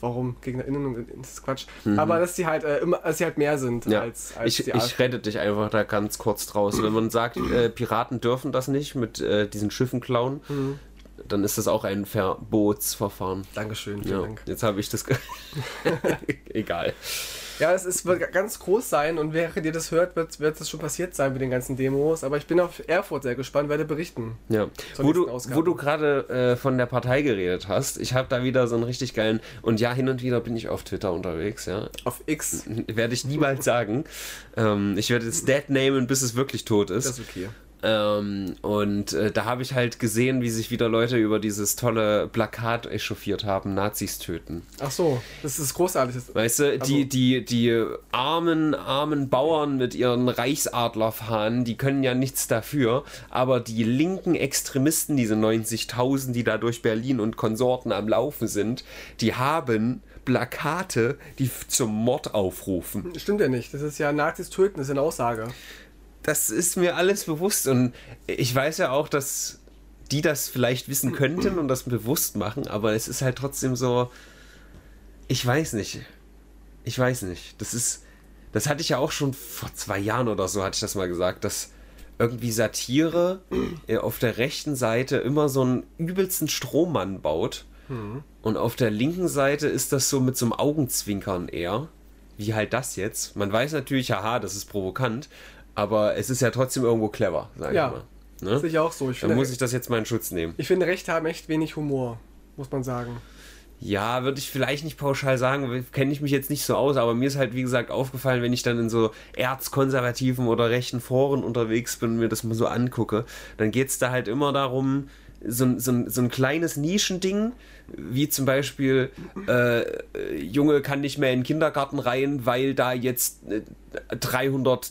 Speaker 2: Warum? GegnerInnen und das ist Quatsch. Aber dass sie halt äh, immer, dass sie halt mehr sind
Speaker 1: Mhm. Ja,
Speaker 2: als, als
Speaker 1: ich,
Speaker 2: die
Speaker 1: ich
Speaker 2: AfD.
Speaker 1: rette dich einfach da ganz kurz draus. Wenn man sagt, äh, Piraten dürfen das nicht mit äh, diesen Schiffen klauen,
Speaker 2: Mhm.
Speaker 1: dann ist das auch ein Verbotsverfahren.
Speaker 2: Dankeschön, vielen
Speaker 1: Ja,
Speaker 2: Dank.
Speaker 1: jetzt habe ich das. ge- Egal.
Speaker 2: Ja, es ist, wird ganz groß sein und während ihr das hört, wird, wird das schon passiert sein mit den ganzen Demos. Aber ich bin auf Erfurt sehr gespannt, werde berichten.
Speaker 1: Ja,
Speaker 2: Zur
Speaker 1: wo
Speaker 2: nächsten
Speaker 1: du,
Speaker 2: Ausgabe.
Speaker 1: wo du gerade äh, von der Partei geredet hast, ich habe da wieder so einen richtig geilen, und ja, hin und wieder bin ich auf Twitter unterwegs, ja,
Speaker 2: Auf X.
Speaker 1: werde ich niemals sagen. Ähm, ich werde es dead namen, bis es wirklich tot ist.
Speaker 2: Das ist okay.
Speaker 1: Ähm, und äh, da habe ich halt gesehen, wie sich wieder Leute über dieses tolle Plakat echauffiert haben, Nazis töten.
Speaker 2: Ach so, das ist großartig. Das-
Speaker 1: Weißt du,
Speaker 2: Also-
Speaker 1: die, die, die armen, armen Bauern mit ihren Reichsadlerfahnen, die können ja nichts dafür, aber die linken Extremisten, diese 90.000, die da durch Berlin und Konsorten am Laufen sind, die haben Plakate, die f- zum Mord aufrufen.
Speaker 2: Stimmt ja nicht. Das ist ja Nazis töten, das ist ja eine Aussage.
Speaker 1: das ist mir alles bewusst und ich weiß ja auch, dass die das vielleicht wissen könnten und das bewusst machen, aber es ist halt trotzdem so, ich weiß nicht. Ich weiß nicht. Das ist, das hatte ich ja auch schon vor zwei Jahren oder so, hatte ich das mal gesagt, dass irgendwie Satire äh, auf der rechten Seite immer so einen übelsten Strohmann baut und auf der linken Seite ist das so mit so einem Augenzwinkern eher wie halt das jetzt. Man weiß natürlich, haha, das ist provokant, aber es ist ja trotzdem irgendwo clever, sag
Speaker 2: Ja.
Speaker 1: ich
Speaker 2: Das
Speaker 1: mal. Ne?
Speaker 2: sehe ich auch so. Ich
Speaker 1: Dann
Speaker 2: finde,
Speaker 1: muss ich das jetzt mal in Schutz nehmen.
Speaker 2: ich finde Rechte haben echt wenig Humor, muss man sagen.
Speaker 1: Ja, würde ich vielleicht nicht pauschal sagen, kenne ich mich jetzt nicht so aus, aber mir ist halt, wie gesagt, aufgefallen, wenn ich dann in so erzkonservativen oder rechten Foren unterwegs bin und mir das mal so angucke, dann geht es da halt immer darum, so, ein- so, ein- so ein kleines Nischending, wie zum Beispiel, äh, äh, Junge kann nicht mehr in den Kindergarten rein, weil da jetzt äh, 300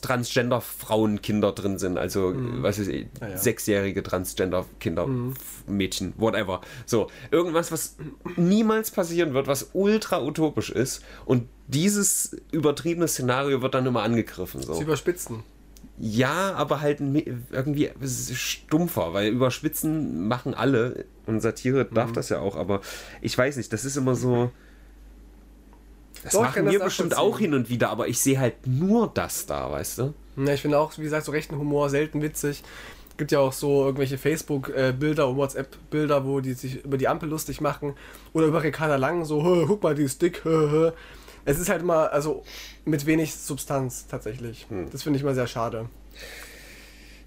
Speaker 1: Transgender-Frauenkinder drin sind, also, äh, was ist,
Speaker 2: ja.
Speaker 1: sechsjährige Transgender-Kinder, F- Mädchen, whatever. So, irgendwas, was niemals passieren wird, was ultra utopisch ist. Und dieses übertriebene Szenario wird dann immer angegriffen.
Speaker 2: Zu
Speaker 1: So.
Speaker 2: überspitzen.
Speaker 1: Ja, aber halt mi- irgendwie stumpfer, weil überspitzen machen alle. Und Satire darf das ja auch, aber ich weiß nicht, das ist immer so. Das
Speaker 2: Doch, ich kann
Speaker 1: machen
Speaker 2: das
Speaker 1: wir bestimmt auch
Speaker 2: nachvollziehen.
Speaker 1: hin und wieder, aber ich sehe halt nur das da, weißt du?
Speaker 2: Ja, Ne, ich finde auch, wie gesagt, so rechten Humor selten witzig. Gibt ja auch so irgendwelche Facebook-Bilder und WhatsApp-Bilder, wo die sich über die Ampel lustig machen. Oder über Ricarda Lang so, "Hö, guck mal, die ist dick. hö, hö." Es ist halt immer, Hm. also mit wenig Substanz tatsächlich. Das finde ich immer sehr schade.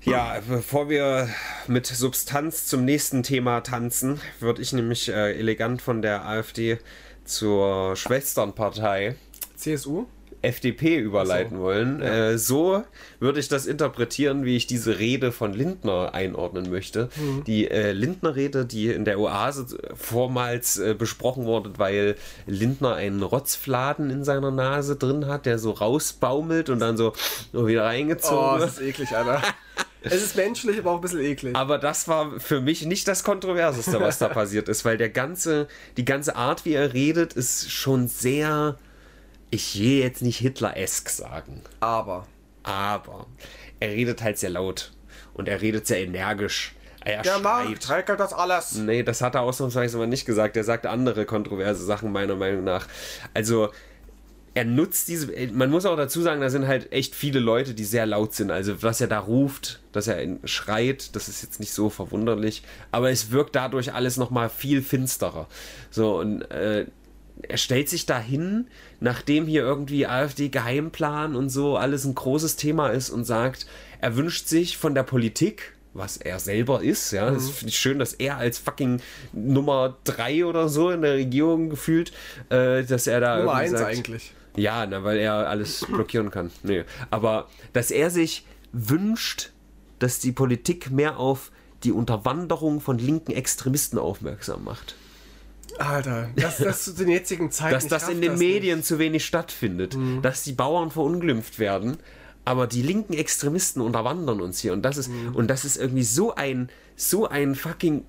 Speaker 1: Ja, bevor wir mit Substanz zum nächsten Thema tanzen, würde ich nämlich äh, elegant von der AfD zur Schwesternpartei
Speaker 2: CSU?
Speaker 1: FDP überleiten
Speaker 2: Ach so.
Speaker 1: wollen. Äh, so würde ich das interpretieren, wie ich diese Rede von Lindner einordnen möchte.
Speaker 2: Mhm.
Speaker 1: Die äh, Lindner-Rede, die in der Oase vormals äh, besprochen wurde, weil Lindner einen Rotzfladen in seiner Nase drin hat, der so rausbaumelt und dann so wieder
Speaker 2: Oh,
Speaker 1: reingezogen wird.
Speaker 2: das ist eklig, Alter. es ist menschlich, aber auch ein bisschen eklig.
Speaker 1: Aber das war für mich nicht das Kontroverseste, was da passiert ist, weil der ganze, die ganze Art, wie er redet, ist schon sehr, ich will jetzt nicht Hitler-esk sagen,
Speaker 2: Aber.
Speaker 1: aber er redet halt sehr laut und er redet sehr energisch. Er
Speaker 2: Der Markt
Speaker 1: schreit.
Speaker 2: trägt das alles.
Speaker 1: Nee, das hat er ausnahmsweise mal nicht gesagt. Er sagt andere kontroverse Sachen, meiner Meinung nach. Also, er nutzt diese. Man muss auch dazu sagen, da sind halt echt viele Leute, die sehr laut sind. Also, was er da ruft, dass er in- schreit, das ist jetzt nicht so verwunderlich. Aber es wirkt dadurch alles nochmal viel finsterer. So, und äh, er stellt sich dahin, nachdem hier irgendwie AfD-Geheimplan und so alles ein großes Thema ist und sagt, er wünscht sich von der Politik, was er selber ist, ja,
Speaker 2: Mhm.
Speaker 1: das finde ich schön, dass er als fucking Nummer 3 oder so in der Regierung gefühlt, äh, dass er da
Speaker 2: Nummer
Speaker 1: irgendwie
Speaker 2: eins
Speaker 1: sagt-
Speaker 2: eigentlich.
Speaker 1: ja, na, weil er alles blockieren kann. Nee. Aber dass er sich wünscht, dass die Politik mehr auf die Unterwanderung von linken Extremisten aufmerksam macht.
Speaker 2: Alter, dass das zu den jetzigen Zeiten.
Speaker 1: Dass
Speaker 2: ich
Speaker 1: das
Speaker 2: raff
Speaker 1: in den
Speaker 2: das nicht. Mhm.
Speaker 1: Medien zu wenig stattfindet. Dass die Bauern verunglimpft werden. Aber die linken Extremisten unterwandern uns hier. Und das ist,
Speaker 2: Mhm.
Speaker 1: und das ist irgendwie so ein, so ein fucking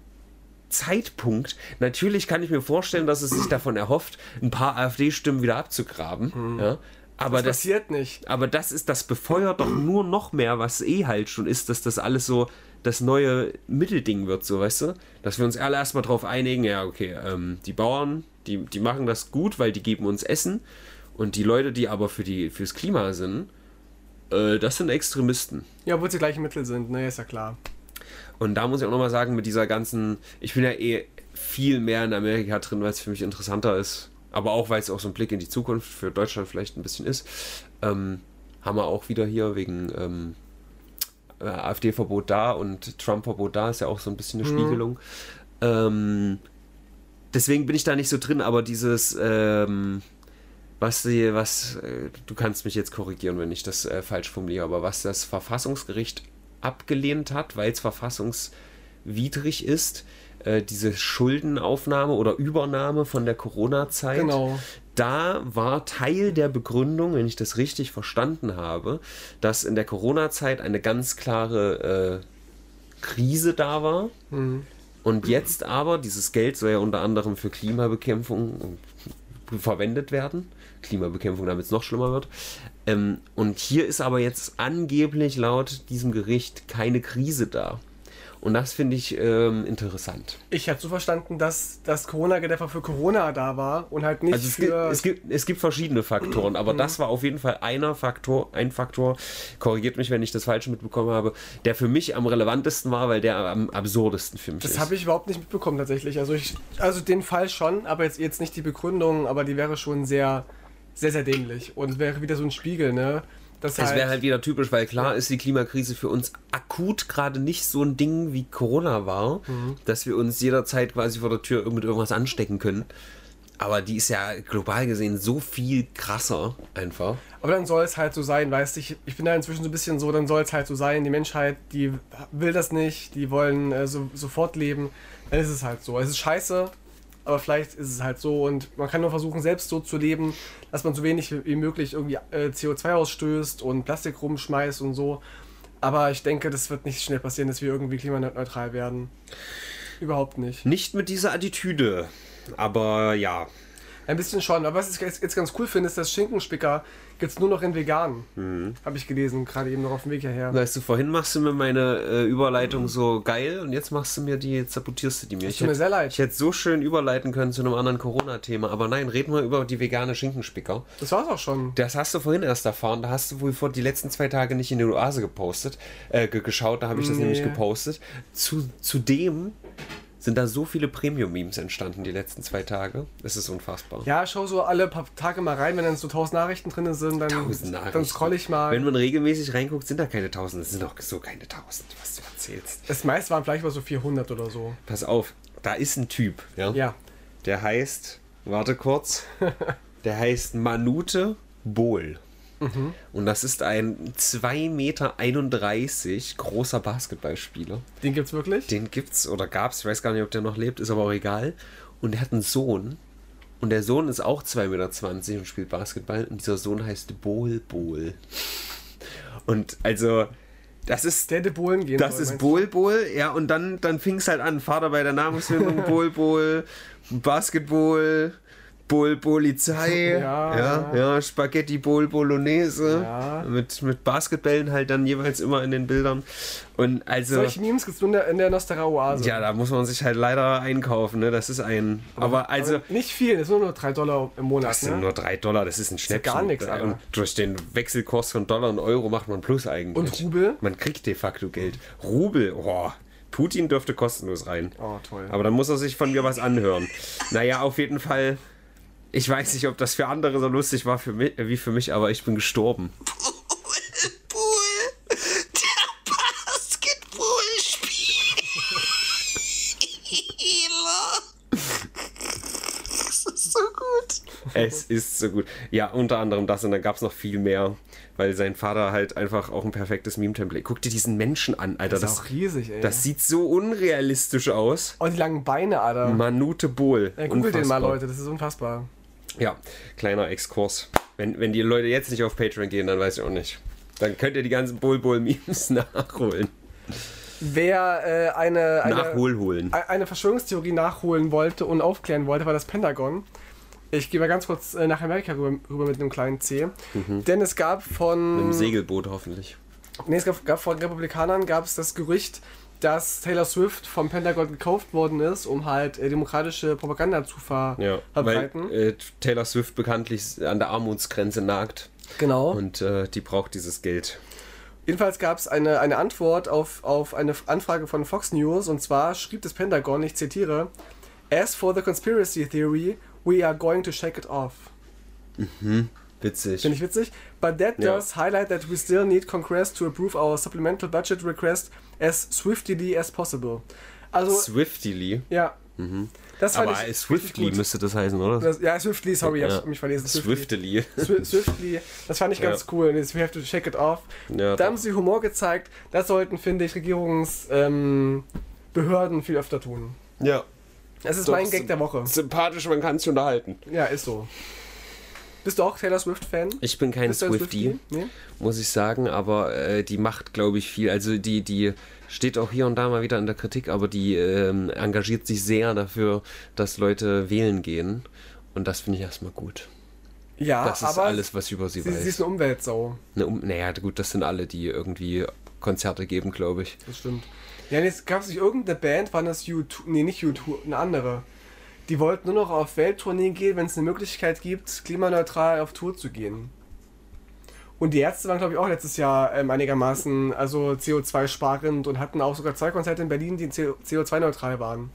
Speaker 1: Zeitpunkt. Natürlich kann ich mir vorstellen, dass es sich davon erhofft, ein paar AfD-Stimmen wieder abzugraben. Ja. Aber
Speaker 2: Mhm. Das
Speaker 1: das,
Speaker 2: passiert nicht.
Speaker 1: aber das ist, das befeuert doch nur noch mehr, was eh halt schon ist, dass das alles so das neue Mittelding wird, so weißt du? Dass wir uns alle erstmal drauf einigen, ja, okay, ähm, die Bauern, die, die machen das gut, weil die geben uns Essen. Und die Leute, die aber für die, fürs Klima sind, äh, das sind Extremisten.
Speaker 2: Ja, obwohl sie gleiche Mittel sind, ne, ist ja klar.
Speaker 1: Und da muss ich auch nochmal sagen, mit dieser ganzen, ich bin ja eh viel mehr in Amerika drin, weil es für mich interessanter ist. Aber auch, weil es auch so ein Blick in die Zukunft für Deutschland vielleicht ein bisschen ist. Ähm, haben wir auch wieder hier wegen ähm, äh, AfD-Verbot da und Trump-Verbot da, ist ja auch so ein bisschen eine Spiegelung. Ähm, deswegen bin ich da nicht so drin, aber dieses, ähm, was sie, was, äh, du kannst mich jetzt korrigieren, wenn ich das äh, falsch formuliere, aber was das Verfassungsgericht abgelehnt hat, weil es verfassungswidrig ist, äh, diese Schuldenaufnahme oder Übernahme von der Corona-Zeit.
Speaker 2: Genau.
Speaker 1: Da war Teil der Begründung, wenn ich das richtig verstanden habe, dass in der Corona-Zeit eine ganz klare äh, Krise da war. Und jetzt aber, dieses Geld soll ja unter anderem für Klimabekämpfung verwendet werden. Klimabekämpfung, damit es noch schlimmer wird. Ähm, und hier ist aber jetzt angeblich laut diesem Gericht keine Krise da. Und das finde ich ähm, interessant.
Speaker 2: Ich habe so verstanden, dass das Corona-Gedämpfer für Corona da war und halt nicht
Speaker 1: Also es gibt,
Speaker 2: für.
Speaker 1: es, gibt, es gibt verschiedene Faktoren, aber das war auf jeden Fall einer Faktor, ein Faktor, korrigiert mich, wenn ich das falsch mitbekommen habe, der für mich am relevantesten war, weil der am absurdesten für mich
Speaker 2: das
Speaker 1: ist.
Speaker 2: habe ich überhaupt nicht mitbekommen tatsächlich. Also ich, also den Fall schon, aber jetzt, jetzt nicht die Begründung, aber die wäre schon sehr, sehr, sehr dämlich. Und wäre wieder so ein Spiegel, ne? Das
Speaker 1: Es wäre halt wieder typisch, weil klar ist die Klimakrise für uns akut gerade nicht so ein Ding wie Corona war, dass wir uns jederzeit quasi vor der Tür mit irgendwas anstecken können. Aber die ist ja global gesehen so viel krasser einfach.
Speaker 2: Aber dann soll es halt so sein, weißt du, ich, ich bin da inzwischen so ein bisschen so, dann soll es halt so sein, die Menschheit, die will das nicht, die wollen äh, so, sofort leben, dann ist es halt so. Es ist scheiße, aber vielleicht ist es halt so und man kann nur versuchen, selbst so zu leben, dass man so wenig wie möglich irgendwie äh, CO2 ausstößt und Plastik rumschmeißt und so. Aber ich denke, das wird nicht schnell passieren, dass wir irgendwie klimaneutral werden. Überhaupt nicht.
Speaker 1: Nicht mit dieser Attitüde, aber ja.
Speaker 2: Ein bisschen schon, aber was ich jetzt jetzt ganz cool finde, ist, dass Schinkenspicker gibt es nur noch in vegan. Habe ich gelesen, gerade eben noch auf dem Weg hierher.
Speaker 1: Weißt du, vorhin machst du mir meine äh, Überleitung so geil und jetzt machst du mir die, jetzt sabotierst du die mir. Ich
Speaker 2: tut mir
Speaker 1: hätte,
Speaker 2: sehr leid.
Speaker 1: ich hätte so schön überleiten können zu einem anderen Corona-Thema, aber nein, reden wir über die vegane Schinkenspicker.
Speaker 2: Das war's auch schon.
Speaker 1: Das hast du vorhin erst erfahren. Da hast du wohl vor die letzten zwei Tage nicht in die Oase gepostet, äh, ge geschaut. Da habe ich das nämlich gepostet. Zu, zudem sind da so viele Premium-Memes entstanden die letzten zwei Tage. Es ist unfassbar.
Speaker 2: Ja, schau so alle paar Tage mal rein, wenn dann so tausend Nachrichten drin sind, dann,
Speaker 1: Tausend Nachrichten.
Speaker 2: dann scroll ich mal.
Speaker 1: Wenn man regelmäßig reinguckt, sind da keine tausend. Es sind doch so keine tausend, was du erzählst.
Speaker 2: das meiste waren vielleicht mal so 400 oder so.
Speaker 1: Pass auf, da ist ein Typ.
Speaker 2: Ja.
Speaker 1: Der heißt, warte kurz, der heißt Manute Bohl. Und das ist ein 2,31 Meter großer Basketballspieler.
Speaker 2: Den gibt's wirklich?
Speaker 1: Den gibt's oder gab's, ich weiß gar nicht, ob der noch lebt, ist aber auch egal. Und er hat einen Sohn. Und der Sohn ist auch 2,20 Meter und spielt Basketball. Und dieser Sohn heißt Bohl Bohl. Und also, das ist
Speaker 2: Der hätte Bohlen gehen
Speaker 1: das
Speaker 2: sollen,
Speaker 1: ist
Speaker 2: meinst
Speaker 1: Bol Bol, ja, und dann, dann fing es halt an. Vater bei der Namensfindung, Bol Bol, Basketball, Bol Polizei,
Speaker 2: Ja.
Speaker 1: ja, ja, Spaghetti Bol Bolognese.
Speaker 2: Ja.
Speaker 1: Mit, mit Basketbällen halt dann jeweils immer in den Bildern. Und also.
Speaker 2: du? Solche Memes gibt's nur in der, in der Nostera-Oase.
Speaker 1: ja, da muss man sich halt leider einkaufen, ne? Das ist ein. Aber also.
Speaker 2: Nicht viel, das sind nur 3 Dollar im Monat.
Speaker 1: Das sind
Speaker 2: ne?
Speaker 1: nur 3 Dollar, das ist ein Schnäppchen.
Speaker 2: ja gar nichts, Alter.
Speaker 1: Und durch den Wechselkurs von Dollar und Euro macht man Plus eigentlich.
Speaker 2: Und Rubel?
Speaker 1: Man kriegt de facto Geld. Rubel, oh, Putin dürfte kostenlos rein.
Speaker 2: Oh, toll.
Speaker 1: Aber dann muss er sich von mir was anhören. Naja, auf jeden Fall. Ich weiß nicht, ob das für andere so lustig war für mich, wie für mich, aber ich bin gestorben.
Speaker 4: Bull, der Basketballspieler. Das ist so gut.
Speaker 1: Es ist so gut. Ja, unter anderem das und dann gab es noch viel mehr, weil sein Vater halt einfach auch ein perfektes Meme-Template. Guck dir diesen Menschen an, Alter.
Speaker 2: Das ist
Speaker 1: Das,
Speaker 2: auch riesig, ne? ey.
Speaker 1: das sieht so unrealistisch aus.
Speaker 2: und die langen Beine, Alter.
Speaker 1: Manute Bohl.
Speaker 2: Ja, googelt den mal,
Speaker 1: Unfassbar.
Speaker 2: Leute, das ist unfassbar.
Speaker 1: Ja, kleiner Exkurs. Wenn, wenn die Leute jetzt nicht auf Patreon gehen, dann weiß ich auch nicht. Dann könnt ihr die ganzen Bull-Bull-Memes nachholen.
Speaker 2: Wer äh, eine, eine,
Speaker 1: Nachholholen.
Speaker 2: e- eine Verschwörungstheorie nachholen wollte und aufklären wollte, war das Pentagon. Ich gehe mal ganz kurz äh, nach Amerika rüber, rüber mit einem kleinen C.
Speaker 1: Mhm.
Speaker 2: Denn es gab von.
Speaker 1: Im Segelboot hoffentlich.
Speaker 2: Nee, es gab, gab von Republikanern gab es das Gerücht, dass Taylor Swift vom Pentagon gekauft worden ist, um halt äh, demokratische Propaganda zu ver
Speaker 1: Ja, weil
Speaker 2: verbreiten.
Speaker 1: äh, Taylor Swift bekanntlich an der Armutsgrenze nagt
Speaker 2: genau.
Speaker 1: und äh, die braucht dieses Geld.
Speaker 2: Jedenfalls gab es eine, eine Antwort auf, auf eine Anfrage von Fox News und zwar schrieb das Pentagon, ich zitiere, As for the conspiracy theory, we are going to shake it off.
Speaker 1: Witzig.
Speaker 2: Finde ich witzig. But that
Speaker 1: Ja.
Speaker 2: does highlight that we still need Congress to approve our supplemental budget request as swiftly as possible. Also,
Speaker 1: Swiftily.
Speaker 2: ja. Das fand
Speaker 1: Mhm. Aber
Speaker 2: ich richtig
Speaker 1: Swiftly
Speaker 2: gut.
Speaker 1: müsste das heißen, oder?
Speaker 2: Das, oh ja, Swiftly, sorry, ich
Speaker 1: Ja.
Speaker 2: hab mich verlesen.
Speaker 1: Swiftly.
Speaker 2: Swi- Swiftly, das fand ich ganz
Speaker 1: Ja.
Speaker 2: cool. This, we have to shake it off.
Speaker 1: Ja,
Speaker 2: da haben
Speaker 1: doch.
Speaker 2: sie Humor gezeigt. Das sollten, finde ich, Regierungsbehörden ähm, Behörden viel öfter tun.
Speaker 1: Ja.
Speaker 2: Das ist
Speaker 1: Doch,
Speaker 2: mein
Speaker 1: so-
Speaker 2: Gag der Woche.
Speaker 1: Sympathisch, man kann es unterhalten.
Speaker 2: Ja, ist so. Bist du auch Taylor Swift-Fan?
Speaker 1: Ich bin kein
Speaker 2: Bist du ein
Speaker 1: Swifty.
Speaker 2: Nee?
Speaker 1: muss ich sagen, aber äh, die macht, glaube ich, viel. Also die, die steht auch hier und da mal wieder in der Kritik, aber die ähm, engagiert sich sehr dafür, dass Leute wählen gehen. Und das finde ich erstmal gut.
Speaker 2: Ja,
Speaker 1: Das ist
Speaker 2: aber
Speaker 1: alles, was ich über sie,
Speaker 2: sie,
Speaker 1: weiß.
Speaker 2: sie ist eine Umweltsau.
Speaker 1: Ne, um, naja, gut, das sind alle, die irgendwie Konzerte geben, glaube ich.
Speaker 2: Das stimmt. Ja, jetzt gab es nicht irgendeine Band, waren das U2, nee, nicht U2, eine andere. Die wollten nur noch auf Welttourneen gehen, wenn es eine Möglichkeit gibt, klimaneutral auf Tour zu gehen. Und die Ärzte waren, glaube ich, auch letztes Jahr ähm, einigermaßen also CO2-sparend und hatten auch sogar zwei Konzerte in Berlin, die CO2-neutral waren.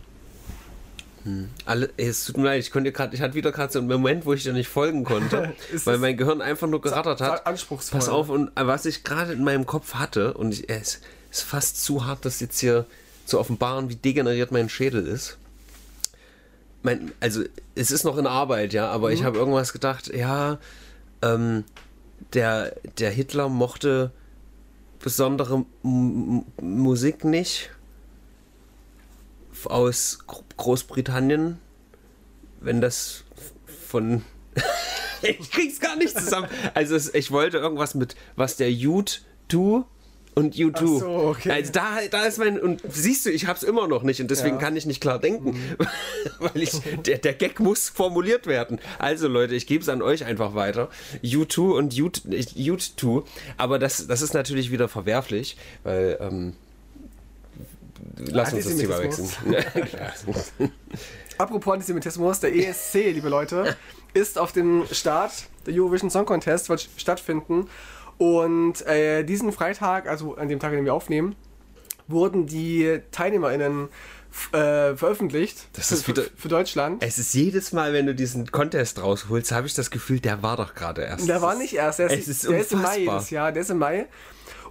Speaker 1: Alle, ey, es tut mir leid, ich konnte gerade, ich hatte wieder gerade so einen Moment, wo ich dir nicht folgen konnte,
Speaker 2: Ist
Speaker 1: weil
Speaker 2: das-
Speaker 1: mein Gehirn einfach nur gerattert
Speaker 2: das war
Speaker 1: hat.
Speaker 2: anspruchsvoll.
Speaker 1: Pass auf, und äh, was ich gerade in meinem Kopf hatte, und ich, äh, es ist fast zu hart, das jetzt hier zu offenbaren, wie degeneriert mein Schädel ist. Mein, also, es ist noch in Arbeit, ja, aber ich habe irgendwas gedacht, ja, ähm, der, der Hitler mochte besondere M M Musik nicht aus Gro- Großbritannien, wenn das f- von. ich krieg's gar nicht zusammen. Also es, ich wollte irgendwas mit, was der Jude du und you too.
Speaker 2: so, okay.
Speaker 1: Also da, da ist mein. Und siehst du, ich hab's immer noch nicht und deswegen
Speaker 2: Ja. Mhm.
Speaker 1: kann ich nicht klar denken. Weil ich. Der, der Gag muss formuliert werden. Also Leute, ich gebe es an euch einfach weiter. You too und you, you too. Aber das, das ist natürlich wieder verwerflich, weil. Ähm, Lass uns das Thema wechseln.
Speaker 2: Antisemitismus.
Speaker 1: Ja, klar.
Speaker 2: Apropos Antisemitismus, der ESC, liebe Leute, ist auf dem Start der Eurovision Song Contest, wird stattfinden. Und äh, diesen Freitag, also an dem Tag, an dem wir aufnehmen, wurden die TeilnehmerInnen f- äh, veröffentlicht.
Speaker 1: Das ist
Speaker 2: für,
Speaker 1: wieder-
Speaker 2: für, für Deutschland.
Speaker 1: Es ist jedes Mal, wenn du diesen Contest rausholst, habe ich das Gefühl, der war doch gerade erst.
Speaker 2: Der war nicht erst, der ist,
Speaker 1: Es ist
Speaker 2: der ist im Mai
Speaker 1: unfassbar.
Speaker 2: jedes Jahr, der ist im Mai.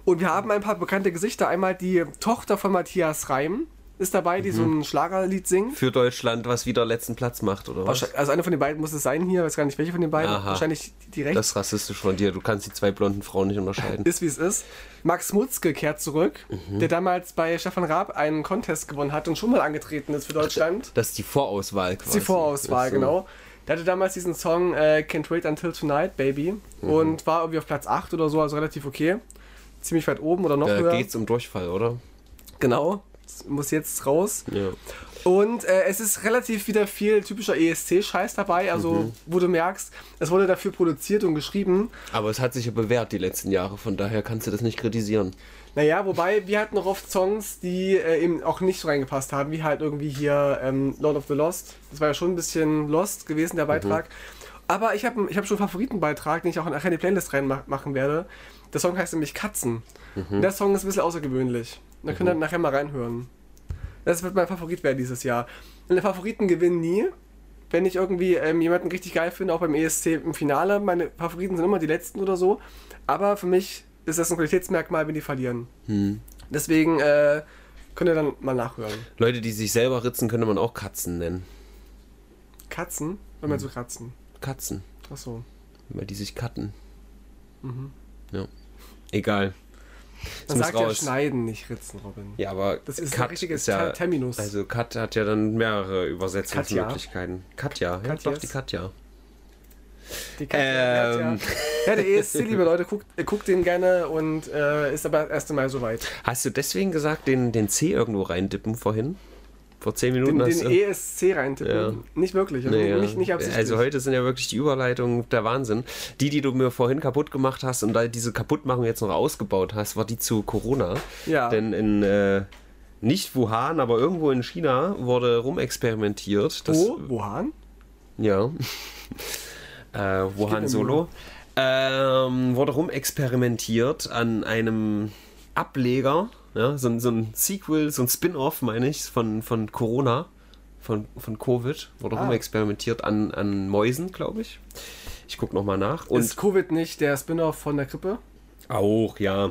Speaker 2: Und wir haben ein paar bekannte Gesichter. Einmal die Tochter von Matthias Reim ist dabei, die
Speaker 1: Mhm.
Speaker 2: so ein Schlagerlied singt.
Speaker 1: Für Deutschland, was wieder letzten Platz macht, oder was?
Speaker 2: Wahrscheinlich- Also eine von den beiden muss es sein hier, weiß gar nicht welche von den beiden.
Speaker 1: Aha.
Speaker 2: Wahrscheinlich die- die rechts.
Speaker 1: Das ist rassistisch von dir. Du kannst die zwei blonden Frauen nicht unterscheiden.
Speaker 2: ist wie es ist. Max Mutzke kehrt zurück,
Speaker 1: Mhm.
Speaker 2: der damals bei Stefan Raab einen Contest gewonnen hat und schon mal angetreten ist für Deutschland.
Speaker 1: Das ist die Vorauswahl quasi. Also,
Speaker 2: Das ist die Vorauswahl,
Speaker 1: Ach so.
Speaker 2: genau. Der hatte damals diesen Song äh, Can't Wait Until Tonight, Baby.
Speaker 1: Mhm.
Speaker 2: Und war irgendwie auf Platz 8 oder so, also relativ okay. Ziemlich weit oben oder noch
Speaker 1: Da
Speaker 2: höher.
Speaker 1: geht's um Durchfall, oder?
Speaker 2: Genau. Das muss jetzt raus.
Speaker 1: Ja.
Speaker 2: Und äh, es ist relativ wieder viel typischer E ESC-Scheiß dabei, also
Speaker 1: Mhm.
Speaker 2: wo du merkst, es wurde dafür produziert und geschrieben.
Speaker 1: Aber es hat sich ja bewährt die letzten Jahre, von daher kannst du das nicht kritisieren.
Speaker 2: Naja, wobei wir hatten noch oft Songs, die äh, eben auch nicht so reingepasst haben, wie halt irgendwie hier ähm, Lord of the Lost. Das war ja schon ein bisschen Lost gewesen, der Beitrag. Aber ich habe ich hab schon einen Favoritenbeitrag, den ich auch nachher in die Playlist reinmachen werde. Der Song heißt nämlich Katzen. Und der Song ist ein bisschen außergewöhnlich. Da könnt ihr nachher mal reinhören. Das wird mein Favorit werden dieses Jahr. Meine Favoriten gewinnen nie. Wenn ich irgendwie ähm, jemanden richtig geil finde, auch beim ESC im Finale, meine Favoriten sind immer die letzten oder so. Aber für mich ist das ein Qualitätsmerkmal, wenn die verlieren.
Speaker 1: Hm.
Speaker 2: Deswegen äh, könnt ihr dann mal nachhören.
Speaker 1: Leute, die sich selber ritzen, könnte man auch Katzen nennen.
Speaker 2: Katzen? Wenn
Speaker 1: Hm.
Speaker 2: man so kratzen.
Speaker 1: Katzen,
Speaker 2: Achso.
Speaker 1: weil die sich katten. Mhm. Ja. Egal.
Speaker 2: Man
Speaker 1: muss
Speaker 2: sagt ja
Speaker 1: raus.
Speaker 2: schneiden, nicht ritzen, Robin.
Speaker 1: Ja, aber
Speaker 2: Das ist ein richtiges Ter- Terminus.
Speaker 1: Also Kat hat ja dann mehrere Übersetzungsmöglichkeiten. Katja, ja,
Speaker 2: Katja
Speaker 1: doch die
Speaker 2: ist-
Speaker 1: Katja.
Speaker 2: Die Katze, ja,
Speaker 1: Ähm.
Speaker 2: ja. ja, der ESC, liebe Leute, guckt, äh, guckt den gerne und äh, ist aber erst einmal soweit.
Speaker 1: Hast du deswegen gesagt, den, den C irgendwo reindippen vorhin? Vor zehn Minuten
Speaker 2: Den,
Speaker 1: hast
Speaker 2: den
Speaker 1: du...
Speaker 2: ESC reintippen.
Speaker 1: äh, Ja.
Speaker 2: Nicht wirklich, also
Speaker 1: Nee, ja.
Speaker 2: nicht, nicht absichtlich.
Speaker 1: Also heute sind ja wirklich die Überleitungen der Wahnsinn. Die, die du mir vorhin kaputt gemacht hast und da diese Kaputtmachung jetzt noch ausgebaut hast, war die zu Corona.
Speaker 2: Ja.
Speaker 1: Denn in äh, nicht Wuhan, aber irgendwo in China wurde rumexperimentiert. Das,
Speaker 2: Wo? Wuhan?
Speaker 1: Ja. äh, Wuhan Solo. Ähm, wurde rumexperimentiert an einem Ableger, ja, so, ein- so ein Sequel, so ein Spin-off, meine ich, von, von Corona, von, von Covid. Wurde
Speaker 2: Ah.
Speaker 1: rumexperimentiert an, an Mäusen, glaube ich. Ich gucke nochmal nach. Und
Speaker 2: ist Covid nicht der Spin-off von der Krippe?
Speaker 1: auch, ja.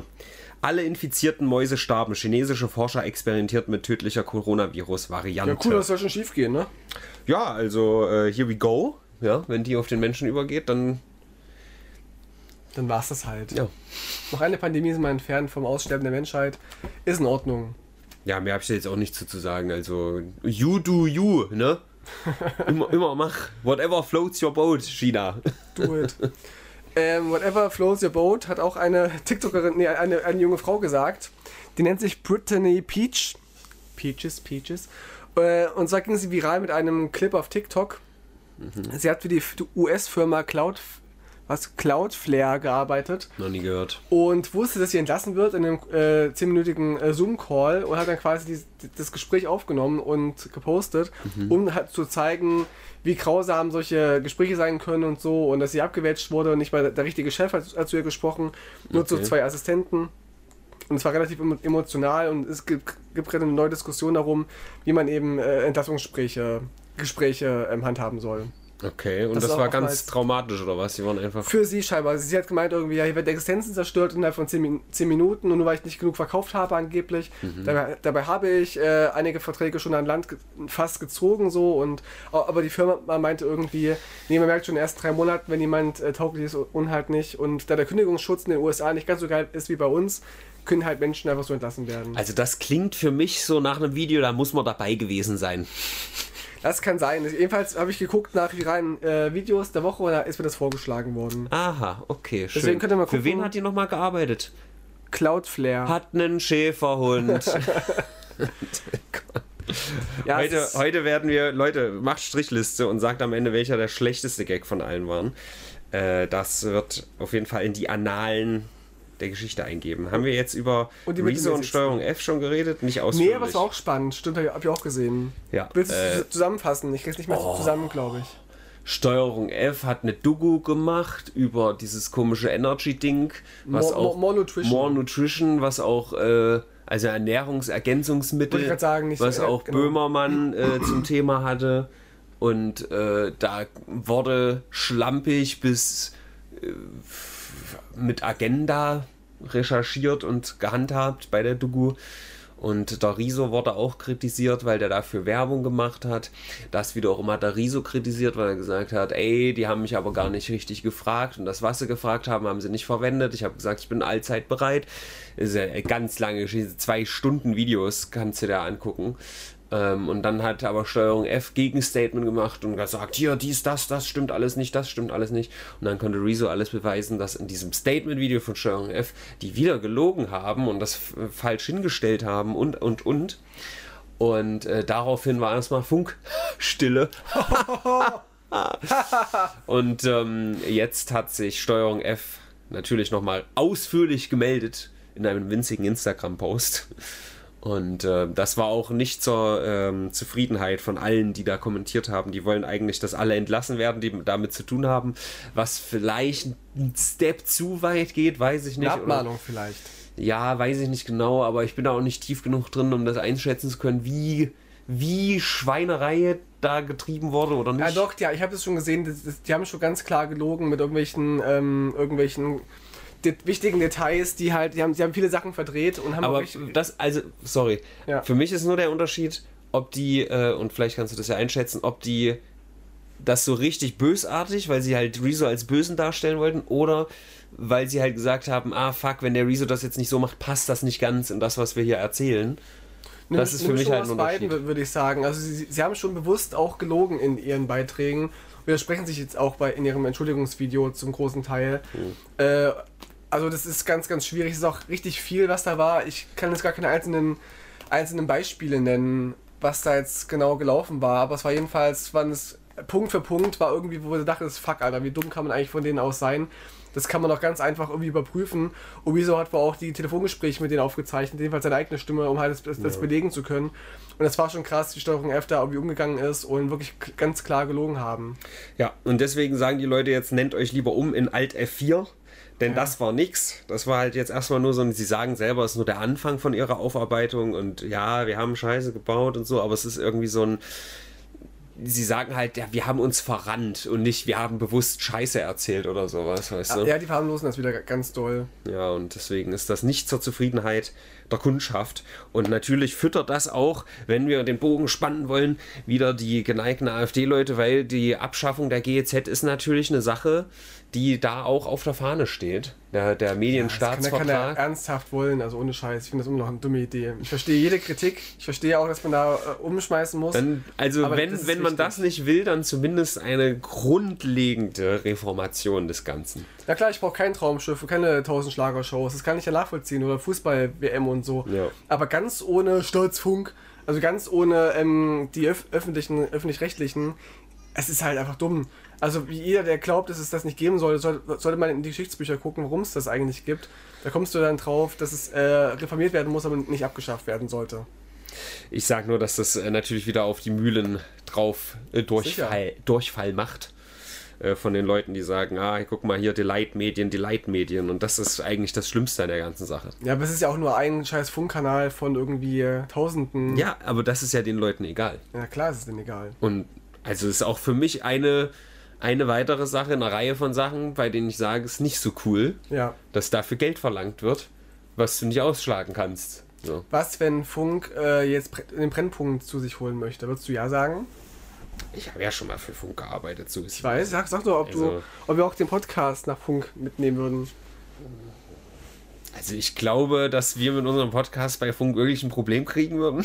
Speaker 1: Alle infizierten Mäuse starben. Chinesische Forscher experimentiert mit tödlicher Coronavirus-Variante.
Speaker 2: Ja, cool, das soll schon schief gehen, ne?
Speaker 1: Ja, also äh, here we go. Ja, wenn die auf den Menschen übergeht, dann
Speaker 2: Dann war's das halt.
Speaker 1: ja.
Speaker 2: Noch eine Pandemie ist mal entfernt vom Aussterben der Menschheit. Ist in Ordnung.
Speaker 1: Ja, mehr habe ich da jetzt auch nicht zu, zu sagen. Also, you do you, ne? Immer, immer mach. Whatever floats your boat, China.
Speaker 2: Do it. ähm, whatever flows your boat hat auch eine TikTokerin, nee, eine, eine junge Frau gesagt. Die nennt sich Brittany Peach. Peaches, Peaches. Äh, und zwar ging sie viral mit einem Clip auf TikTok. Sie hat für die F- US-Firma Cloud, was, Cloudflare gearbeitet
Speaker 1: Noch nie gehört.
Speaker 2: und wusste, dass sie entlassen wird in einem äh, 10-minütigen äh, Zoom-Call und hat dann quasi die, das Gespräch aufgenommen und gepostet, um halt zu zeigen, wie grausam solche Gespräche sein können und so und dass sie abgewätscht wurde und nicht mal der richtige Chef hat, hat zu ihr gesprochen, nur zu
Speaker 1: Okay.
Speaker 2: zwei Assistenten. Und es war relativ emo- emotional und es gibt, gibt gerade eine neue Diskussion darum, wie man eben äh, Entlassungsgespräche Gespräche, ähm, handhaben soll.
Speaker 1: Okay, und
Speaker 2: Das
Speaker 1: das,
Speaker 2: ist auch
Speaker 1: war ganz
Speaker 2: oftmals-
Speaker 1: traumatisch, oder was? Die waren einfach.
Speaker 2: Für sie scheinbar. Also Sie hat gemeint, irgendwie, ja, hier werden Existenzen zerstört innerhalb von 10, Min- 10 Minuten und nur weil ich nicht genug verkauft habe, angeblich.
Speaker 1: Mhm.
Speaker 2: Dabei, dabei habe ich äh, einige Verträge schon an Land ge fast gezogen, so und au- aber die Firma meinte irgendwie, nee, man merkt schon erst drei Monaten, wenn jemand äh, tauglich ist und halt nicht. Und da der Kündigungsschutz in den USA nicht ganz so geil ist wie bei uns, können halt Menschen einfach so entlassen werden.
Speaker 1: Also, das klingt für mich so nach einem Video, da muss man dabei gewesen sein.
Speaker 2: Das kann sein. Also Jedenfalls habe ich geguckt nach viralen äh, Videos der Woche und da ist mir das vorgeschlagen worden.
Speaker 1: Aha, okay, schön.
Speaker 2: Deswegen könnt ihr mal
Speaker 1: Für wen
Speaker 2: gucken.
Speaker 1: hat die nochmal gearbeitet?
Speaker 2: Cloudflare.
Speaker 1: Hat einen Schäferhund.
Speaker 2: ja, es
Speaker 1: Heute,
Speaker 2: ist-
Speaker 1: heute werden wir, Leute, macht Strichliste und sagt am Ende, welcher der schlechteste Gag von allen waren. Äh, das wird auf jeden Fall in die Annalen der Geschichte eingeben. Haben wir jetzt über
Speaker 2: Und die
Speaker 1: Rezo und
Speaker 2: mittelmäßigsten.
Speaker 1: Steuerung F schon geredet? Nicht ausführlich.
Speaker 2: Nee, aber es war auch spannend. Stimmt, hab ich, hab ich auch gesehen.
Speaker 1: Ja,
Speaker 2: Willst du es
Speaker 1: äh, oh.
Speaker 2: zu- zusammenfassen? Ich krieg's nicht mehr zusammen, glaube ich.
Speaker 1: Steuerung F hat eine Doku gemacht über dieses komische Energy-Ding. was
Speaker 2: More-
Speaker 1: auch
Speaker 2: More- More Nutrition.
Speaker 1: More Nutrition, was auch äh, also
Speaker 2: Wollte ich
Speaker 1: Ernährungsergänzungsmittel,
Speaker 2: grad sagen, nicht-
Speaker 1: was
Speaker 2: äh,
Speaker 1: auch
Speaker 2: genau.
Speaker 1: Böhmermann äh, zum Thema hatte. Und äh, da wurde schlampig bis äh, mit Agenda recherchiert und gehandhabt bei der Doku. Und der Riso wurde auch kritisiert, weil der dafür Werbung gemacht hat. Das wiederum hat der Riso kritisiert, weil er gesagt hat, ey, die haben mich aber gar nicht richtig gefragt und das, was sie gefragt haben, haben sie nicht verwendet. Ich habe gesagt, ich bin allzeit bereit. Ist ja eine ganz lange Geschichte, zwei Stunden Videos kannst du dir angucken. Ähm, und dann hat aber Steuerung F Gegenstatement gemacht und gesagt, hier, dies, das, das stimmt alles nicht, das stimmt alles nicht. Und dann konnte Rezo alles beweisen, dass in diesem Statement-Video von Steuerung F die wieder gelogen haben und das f- falsch hingestellt haben und, und, und. Und äh, daraufhin war erstmal Funkstille. und ähm, jetzt hat sich Steuerung F natürlich nochmal ausführlich gemeldet in einem winzigen Instagram-Post. Und äh, das war auch nicht zur ähm, Zufriedenheit von allen, die da kommentiert haben. Die wollen eigentlich, dass alle entlassen werden, die damit zu tun haben. Was vielleicht ein Step zu weit geht, weiß ich nicht.
Speaker 2: Eine
Speaker 1: Oder-
Speaker 2: Abmahnung vielleicht.
Speaker 1: ja, weiß ich nicht genau, aber ich bin da auch nicht tief genug drin, um das einschätzen zu können, wie, wie Schweinerei da getrieben wurde oder nicht.
Speaker 2: Ja, doch, ja, ich habe das schon gesehen. Das, das, die haben schon ganz klar gelogen mit irgendwelchen, ähm, irgendwelchen de wichtigen Details, die halt, die haben, die haben viele Sachen verdreht und haben auch
Speaker 1: Aber
Speaker 2: echt-
Speaker 1: das, also, sorry.
Speaker 2: Ja.
Speaker 1: Für mich ist nur der Unterschied, ob die, äh, und vielleicht kannst du das ja einschätzen, ob die das so richtig bösartig, weil sie halt Rezo als Bösen darstellen wollten, oder weil sie halt gesagt haben, ah fuck, wenn der Rezo das jetzt nicht so macht, passt das nicht ganz in das, was wir hier erzählen.
Speaker 2: Nimm-
Speaker 1: das ist
Speaker 2: nimm
Speaker 1: für mich
Speaker 2: schon
Speaker 1: halt
Speaker 2: aus
Speaker 1: ein
Speaker 2: beiden,
Speaker 1: Unterschied.
Speaker 2: wür- würde ich sagen. Also sie, sie haben schon bewusst auch gelogen in ihren Beiträgen. Widersprechen sich jetzt auch bei in ihrem Entschuldigungsvideo zum großen Teil.
Speaker 1: Oh.
Speaker 2: Äh, also das ist ganz, ganz schwierig. Es ist auch richtig viel, was da war. Ich kann jetzt gar keine einzelnen, einzelnen Beispiele nennen, was da jetzt genau gelaufen war. Aber es war jedenfalls, waren es Punkt für Punkt war irgendwie, wo du dachtest, fuck, Alter, wie dumm kann man eigentlich von denen aus sein? Das kann man doch ganz einfach irgendwie überprüfen. Ubiso hat wohl auch die Telefongespräche mit denen aufgezeichnet, jedenfalls seine eigene Stimme, um halt das, das, das belegen zu können. Und das war schon krass, wie Steuerung F da irgendwie umgegangen ist und wirklich k- ganz klar gelogen haben.
Speaker 1: Ja, und deswegen sagen die Leute jetzt, nennt euch lieber um in Alt F4. Denn das war nix. Das war halt jetzt erstmal nur so, ein- sie sagen selber, es ist nur der Anfang von ihrer Aufarbeitung und ja, wir haben Scheiße gebaut und so, aber es ist irgendwie so ein, sie sagen halt, ja, wir haben uns verrannt und nicht, wir haben bewusst Scheiße erzählt oder sowas, weißt du?
Speaker 2: Ja, die verharmlosen das wieder g- ganz doll.
Speaker 1: Ja, und deswegen ist das nicht zur Zufriedenheit der Kundschaft. Und natürlich füttert das auch, wenn wir den Bogen spannen wollen, wieder die geneigten AfD-Leute, weil die Abschaffung der GEZ ist natürlich eine Sache, die da auch auf der Fahne steht. Der, der
Speaker 2: Das kann, kann er
Speaker 1: Medienstaatsvertrag.
Speaker 2: ernsthaft wollen, also ohne Scheiß. Ich finde das immer noch eine dumme Idee. Ich verstehe jede Kritik. Ich verstehe auch, dass man da äh, umschmeißen muss.
Speaker 1: Dann, also
Speaker 2: Aber das
Speaker 1: wenn,
Speaker 2: ist
Speaker 1: wenn man
Speaker 2: wichtig.
Speaker 1: das nicht will, dann zumindest eine grundlegende Reformation des Ganzen.
Speaker 2: Na klar, ich brauche kein Traumschiff, keine 1000 Schlagershows, das kann ich ja nachvollziehen oder Fußball-WM und so.
Speaker 1: Ja.
Speaker 2: Aber ganz ohne Stolzfunk, also ganz ohne ähm, die öf öffentlichen, öffentlich-rechtlichen, es ist halt einfach dumm. Also wie jeder, der glaubt, dass es das nicht geben sollte, soll, sollte man in die Geschichtsbücher gucken, warum es das eigentlich gibt. Da kommst du dann drauf, dass es äh, reformiert werden muss, aber nicht abgeschafft werden sollte.
Speaker 1: Ich sage nur, dass das äh, natürlich wieder auf die Mühlen drauf äh, Durchfall, Durchfall macht. äh, Von den Leuten, die sagen, ah, guck mal hier, die Leitmedien, die Leitmedien. Und das ist eigentlich das Schlimmste an der ganzen Sache.
Speaker 2: Ja, aber es ist ja auch nur ein scheiß Funkkanal von irgendwie äh, Tausenden.
Speaker 1: Ja, aber das ist ja den Leuten egal.
Speaker 2: ja klar ist es denn egal.
Speaker 1: Und also ist auch für mich eine, eine weitere Sache, eine Reihe von Sachen, bei denen ich sage, es ist nicht so cool,
Speaker 2: Ja.
Speaker 1: dass dafür Geld verlangt wird, was du nicht ausschlagen kannst. So.
Speaker 2: Was, wenn Funk äh, jetzt Bre- den Brennpunkt zu sich holen möchte? Würdest du ja sagen?
Speaker 1: Ich habe ja schon mal für Funk gearbeitet, so ist
Speaker 2: Ich weiß, sag, sag doch, ob, du,
Speaker 1: Also-
Speaker 2: ob wir auch den Podcast nach Funk mitnehmen würden.
Speaker 1: Also ich glaube, dass wir mit unserem Podcast bei Funk wirklich ein Problem kriegen würden.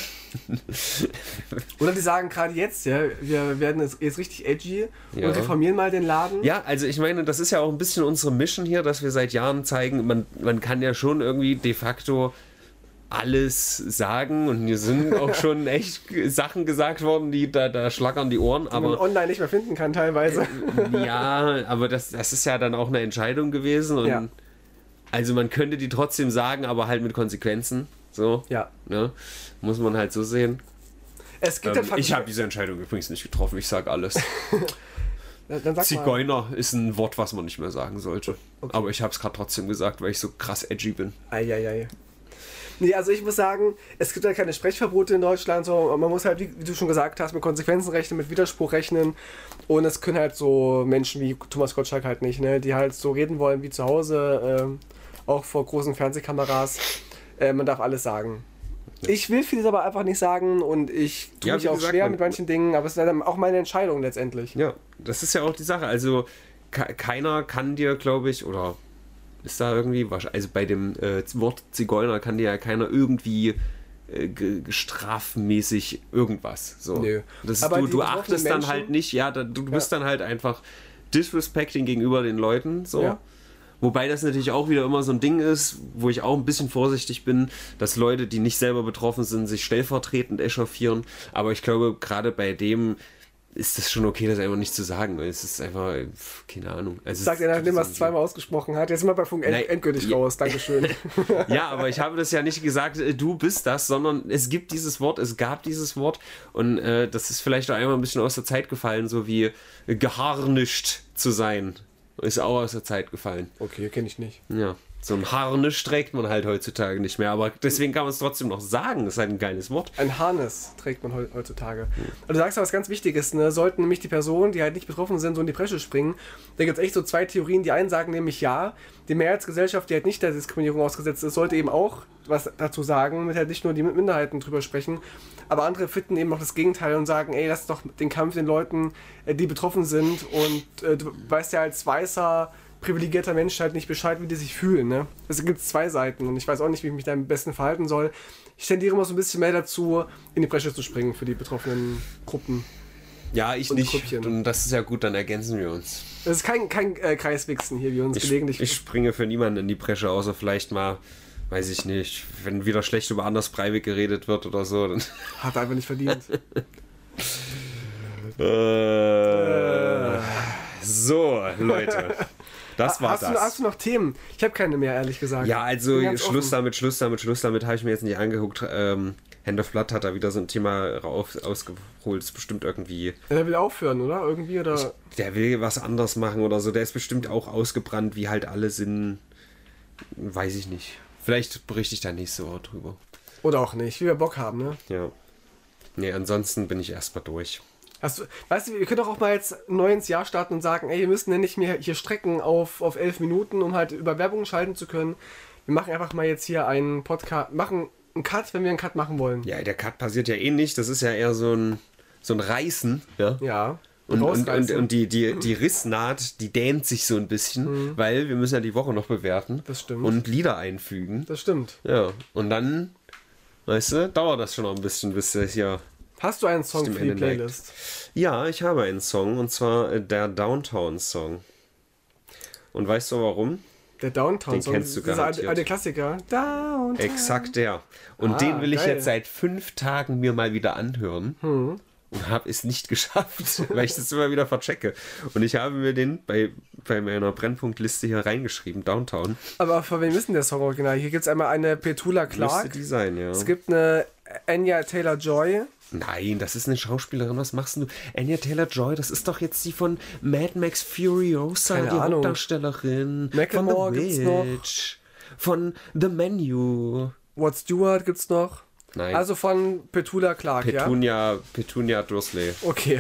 Speaker 2: Oder die sagen gerade jetzt, ja, wir werden jetzt, jetzt richtig edgy
Speaker 1: Ja.
Speaker 2: und reformieren mal den Laden.
Speaker 1: Ja, also ich meine, das ist ja auch ein bisschen unsere Mission hier, dass wir seit Jahren zeigen, man, man kann ja schon irgendwie de facto alles sagen und hier sind auch schon echt Sachen gesagt worden, die da, da schlackern die Ohren,
Speaker 2: die man
Speaker 1: aber Äh,
Speaker 2: online nicht mehr finden kann teilweise.
Speaker 1: ja, aber das, das ist ja dann auch eine Entscheidung gewesen und
Speaker 2: Ja.
Speaker 1: also man könnte die trotzdem sagen, aber halt mit Konsequenzen, so,
Speaker 2: Ja.
Speaker 1: ne? muss man halt so sehen.
Speaker 2: Es gibt
Speaker 1: Ähm,
Speaker 2: halt
Speaker 1: ich habe diese Entscheidung übrigens nicht getroffen, ich sage alles.
Speaker 2: Dann sag mal.
Speaker 1: Zigeuner ist ein Wort, was man nicht mehr sagen sollte. Aber ich habe es gerade trotzdem gesagt, weil ich so krass edgy bin.
Speaker 2: Eieiei. Nee, also ich muss sagen, es gibt halt keine Sprechverbote in Deutschland, so man muss halt, wie wie du schon gesagt hast, mit Konsequenzen rechnen, mit Widerspruch rechnen. Und es können halt so Menschen wie Thomas Gottschalk halt nicht, ne? Die halt so reden wollen wie zu Hause, ähm, auch vor großen Fernsehkameras. Äh, man darf alles sagen. Ich will vieles aber einfach nicht sagen und ich tue
Speaker 1: Ja,
Speaker 2: mich
Speaker 1: wie
Speaker 2: auch
Speaker 1: gesagt,
Speaker 2: schwer
Speaker 1: man-
Speaker 2: mit manchen Dingen, aber es ist dann auch meine Entscheidung letztendlich.
Speaker 1: Ja, das ist ja auch die Sache. Also ke- keiner kann dir, glaube ich, oder ist da irgendwie, wahrsch- also bei dem äh, Wort Zigeuner kann dir ja keiner irgendwie äh, ge- strafmäßig irgendwas. So.
Speaker 2: Nö.
Speaker 1: Das ist,
Speaker 2: Aber
Speaker 1: du,
Speaker 2: die
Speaker 1: du
Speaker 2: betroffenen
Speaker 1: achtest dann
Speaker 2: Menschen-
Speaker 1: halt nicht, ja, da, du bist dann halt einfach disrespecting gegenüber den Leuten. So.
Speaker 2: Ja.
Speaker 1: Wobei das natürlich auch wieder immer so ein Ding ist, wo ich auch ein bisschen vorsichtig bin, dass Leute, die nicht selber betroffen sind, sich stellvertretend echauffieren. Aber ich glaube, gerade bei dem ist es schon okay, das einfach nicht zu sagen. Es ist einfach, pf, keine Ahnung. Also
Speaker 2: Sagt
Speaker 1: es-
Speaker 2: er, nachdem er es
Speaker 1: so-
Speaker 2: zweimal ausgesprochen hat. Jetzt sind wir bei Funk end
Speaker 1: Nein.
Speaker 2: endgültig
Speaker 1: Ja.
Speaker 2: raus. Dankeschön.
Speaker 1: Ja, aber ich habe das ja nicht gesagt, äh, du bist das, sondern es gibt dieses Wort, es gab dieses Wort und äh, das ist vielleicht auch einmal ein bisschen aus der Zeit gefallen, so wie äh, geharnischt zu sein. Ist auch aus der Zeit gefallen.
Speaker 2: okay, kenne ich nicht.
Speaker 1: Ja, so ein Harnisch trägt man halt heutzutage nicht mehr, aber deswegen kann man es trotzdem noch sagen. Das ist halt ein geiles Wort.
Speaker 2: Ein Harness trägt man heu- heutzutage. Und du sagst ja was ganz Wichtiges, ne? Sollten nämlich die Personen, die halt nicht betroffen sind, so in die Bresche springen, da gibt es echt so zwei Theorien. Die einen sagen nämlich ja, die Mehrheitsgesellschaft, die halt nicht der Diskriminierung ausgesetzt ist, sollte eben auch was dazu sagen, mit halt nicht nur die Min- Minderheiten drüber sprechen. Aber andere finden eben noch das Gegenteil und sagen, ey, lass doch den Kampf den Leuten, äh, die betroffen sind und äh, du weißt ja als weißer, privilegierter Mensch halt nicht Bescheid, wie die sich fühlen. Ne? Es gibt zwei Seiten und ich weiß auch nicht, wie ich mich da am besten verhalten soll. Ich tendiere immer so ein bisschen mehr dazu, in die Bresche zu springen für die betroffenen Gruppen.
Speaker 1: Ja, ich
Speaker 2: Und
Speaker 1: nicht.
Speaker 2: Krüppchen.
Speaker 1: Und das ist ja gut, dann ergänzen wir uns.
Speaker 2: Es ist kein, kein äh, Kreiswichsen hier, wie uns
Speaker 1: Ich,
Speaker 2: gelegentlich.
Speaker 1: ich springe für niemanden in die Bresche, außer vielleicht mal, weiß ich nicht, wenn wieder schlecht über Anders Breivik geredet wird oder so. Dann,
Speaker 2: hat er einfach nicht verdient.
Speaker 1: äh, So, Leute. Das war
Speaker 2: hast,
Speaker 1: das.
Speaker 2: Du, hast du noch Themen? Ich habe keine mehr, ehrlich gesagt.
Speaker 1: Ja, also
Speaker 2: Bin ganz
Speaker 1: Schluss
Speaker 2: offen.
Speaker 1: damit, Schluss damit, Schluss damit habe ich mir jetzt nicht angeguckt. Ähm, Hand of Blood hat da wieder so ein Thema rauf, ausgeholt. Ist bestimmt irgendwie.
Speaker 2: Ja, der will aufhören, oder? Irgendwie oder.
Speaker 1: Der will was anders machen oder so. Der ist bestimmt auch ausgebrannt, wie halt alle sind. Weiß ich nicht. Vielleicht berichte ich da nächste Woche drüber.
Speaker 2: oder auch nicht, wie wir Bock haben, ne?
Speaker 1: Ja. Nee, ansonsten bin ich erstmal durch.
Speaker 2: Hast du, weißt du, wir können doch auch mal jetzt neu ins Jahr starten und sagen, ey, wir müssen ja nicht mehr hier strecken auf, auf elf Minuten, um halt über Werbung schalten zu können. Wir machen einfach mal jetzt hier einen Podcast, machen einen Cut, wenn wir einen Cut machen wollen.
Speaker 1: Ja, der Cut passiert ja eh nicht. Das ist ja eher so ein, so ein Reißen. Ja.
Speaker 2: Ja.
Speaker 1: Und, und, und,
Speaker 2: rausreißen.
Speaker 1: und die, die, die Rissnaht, die dehnt sich so ein bisschen, weil wir müssen ja die Woche noch bewerten.
Speaker 2: Das stimmt.
Speaker 1: Und Lieder einfügen.
Speaker 2: das stimmt.
Speaker 1: Ja. Und dann, weißt du, dauert das schon noch ein bisschen, bis das hier.
Speaker 2: Hast du einen Song
Speaker 1: Stimmt,
Speaker 2: für die
Speaker 1: Ende neigt.
Speaker 2: Playlist?
Speaker 1: Ja, ich habe einen Song und zwar äh, der Downtown-Song. Und weißt du warum?
Speaker 2: Der Downtown-Song.
Speaker 1: Den kennst du
Speaker 2: Dieser alte,
Speaker 1: garantiert.
Speaker 2: alte Klassiker. Downtown.
Speaker 1: Exakt der. Und
Speaker 2: Ah,
Speaker 1: den will ich
Speaker 2: geil. Hm.
Speaker 1: jetzt seit fünf Tagen mir mal wieder anhören. Und habe es nicht geschafft, weil ich das immer wieder verchecke. Und ich habe mir den bei, bei meiner Brennpunktliste hier reingeschrieben, Downtown.
Speaker 2: Aber von wem ist denn der Song original? Hier gibt es einmal eine Petula
Speaker 1: Müsste
Speaker 2: Clark.
Speaker 1: die sein, ja.
Speaker 2: Es gibt eine Anya Taylor-Joy.
Speaker 1: Nein, das ist eine Schauspielerin. Was machst du? Anya Taylor-Joy, das ist doch jetzt die von Mad Max Furiosa,
Speaker 2: Keine
Speaker 1: die
Speaker 2: Ahnung.
Speaker 1: Hauptdarstellerin. von
Speaker 2: Macklemore
Speaker 1: The
Speaker 2: gibt's noch.
Speaker 1: Witch. Von The Menu.
Speaker 2: What Stewart gibt's noch.
Speaker 1: Nein.
Speaker 2: Also von Petula Clark, ja?
Speaker 1: Petunia, Petunia Dursley.
Speaker 2: Okay.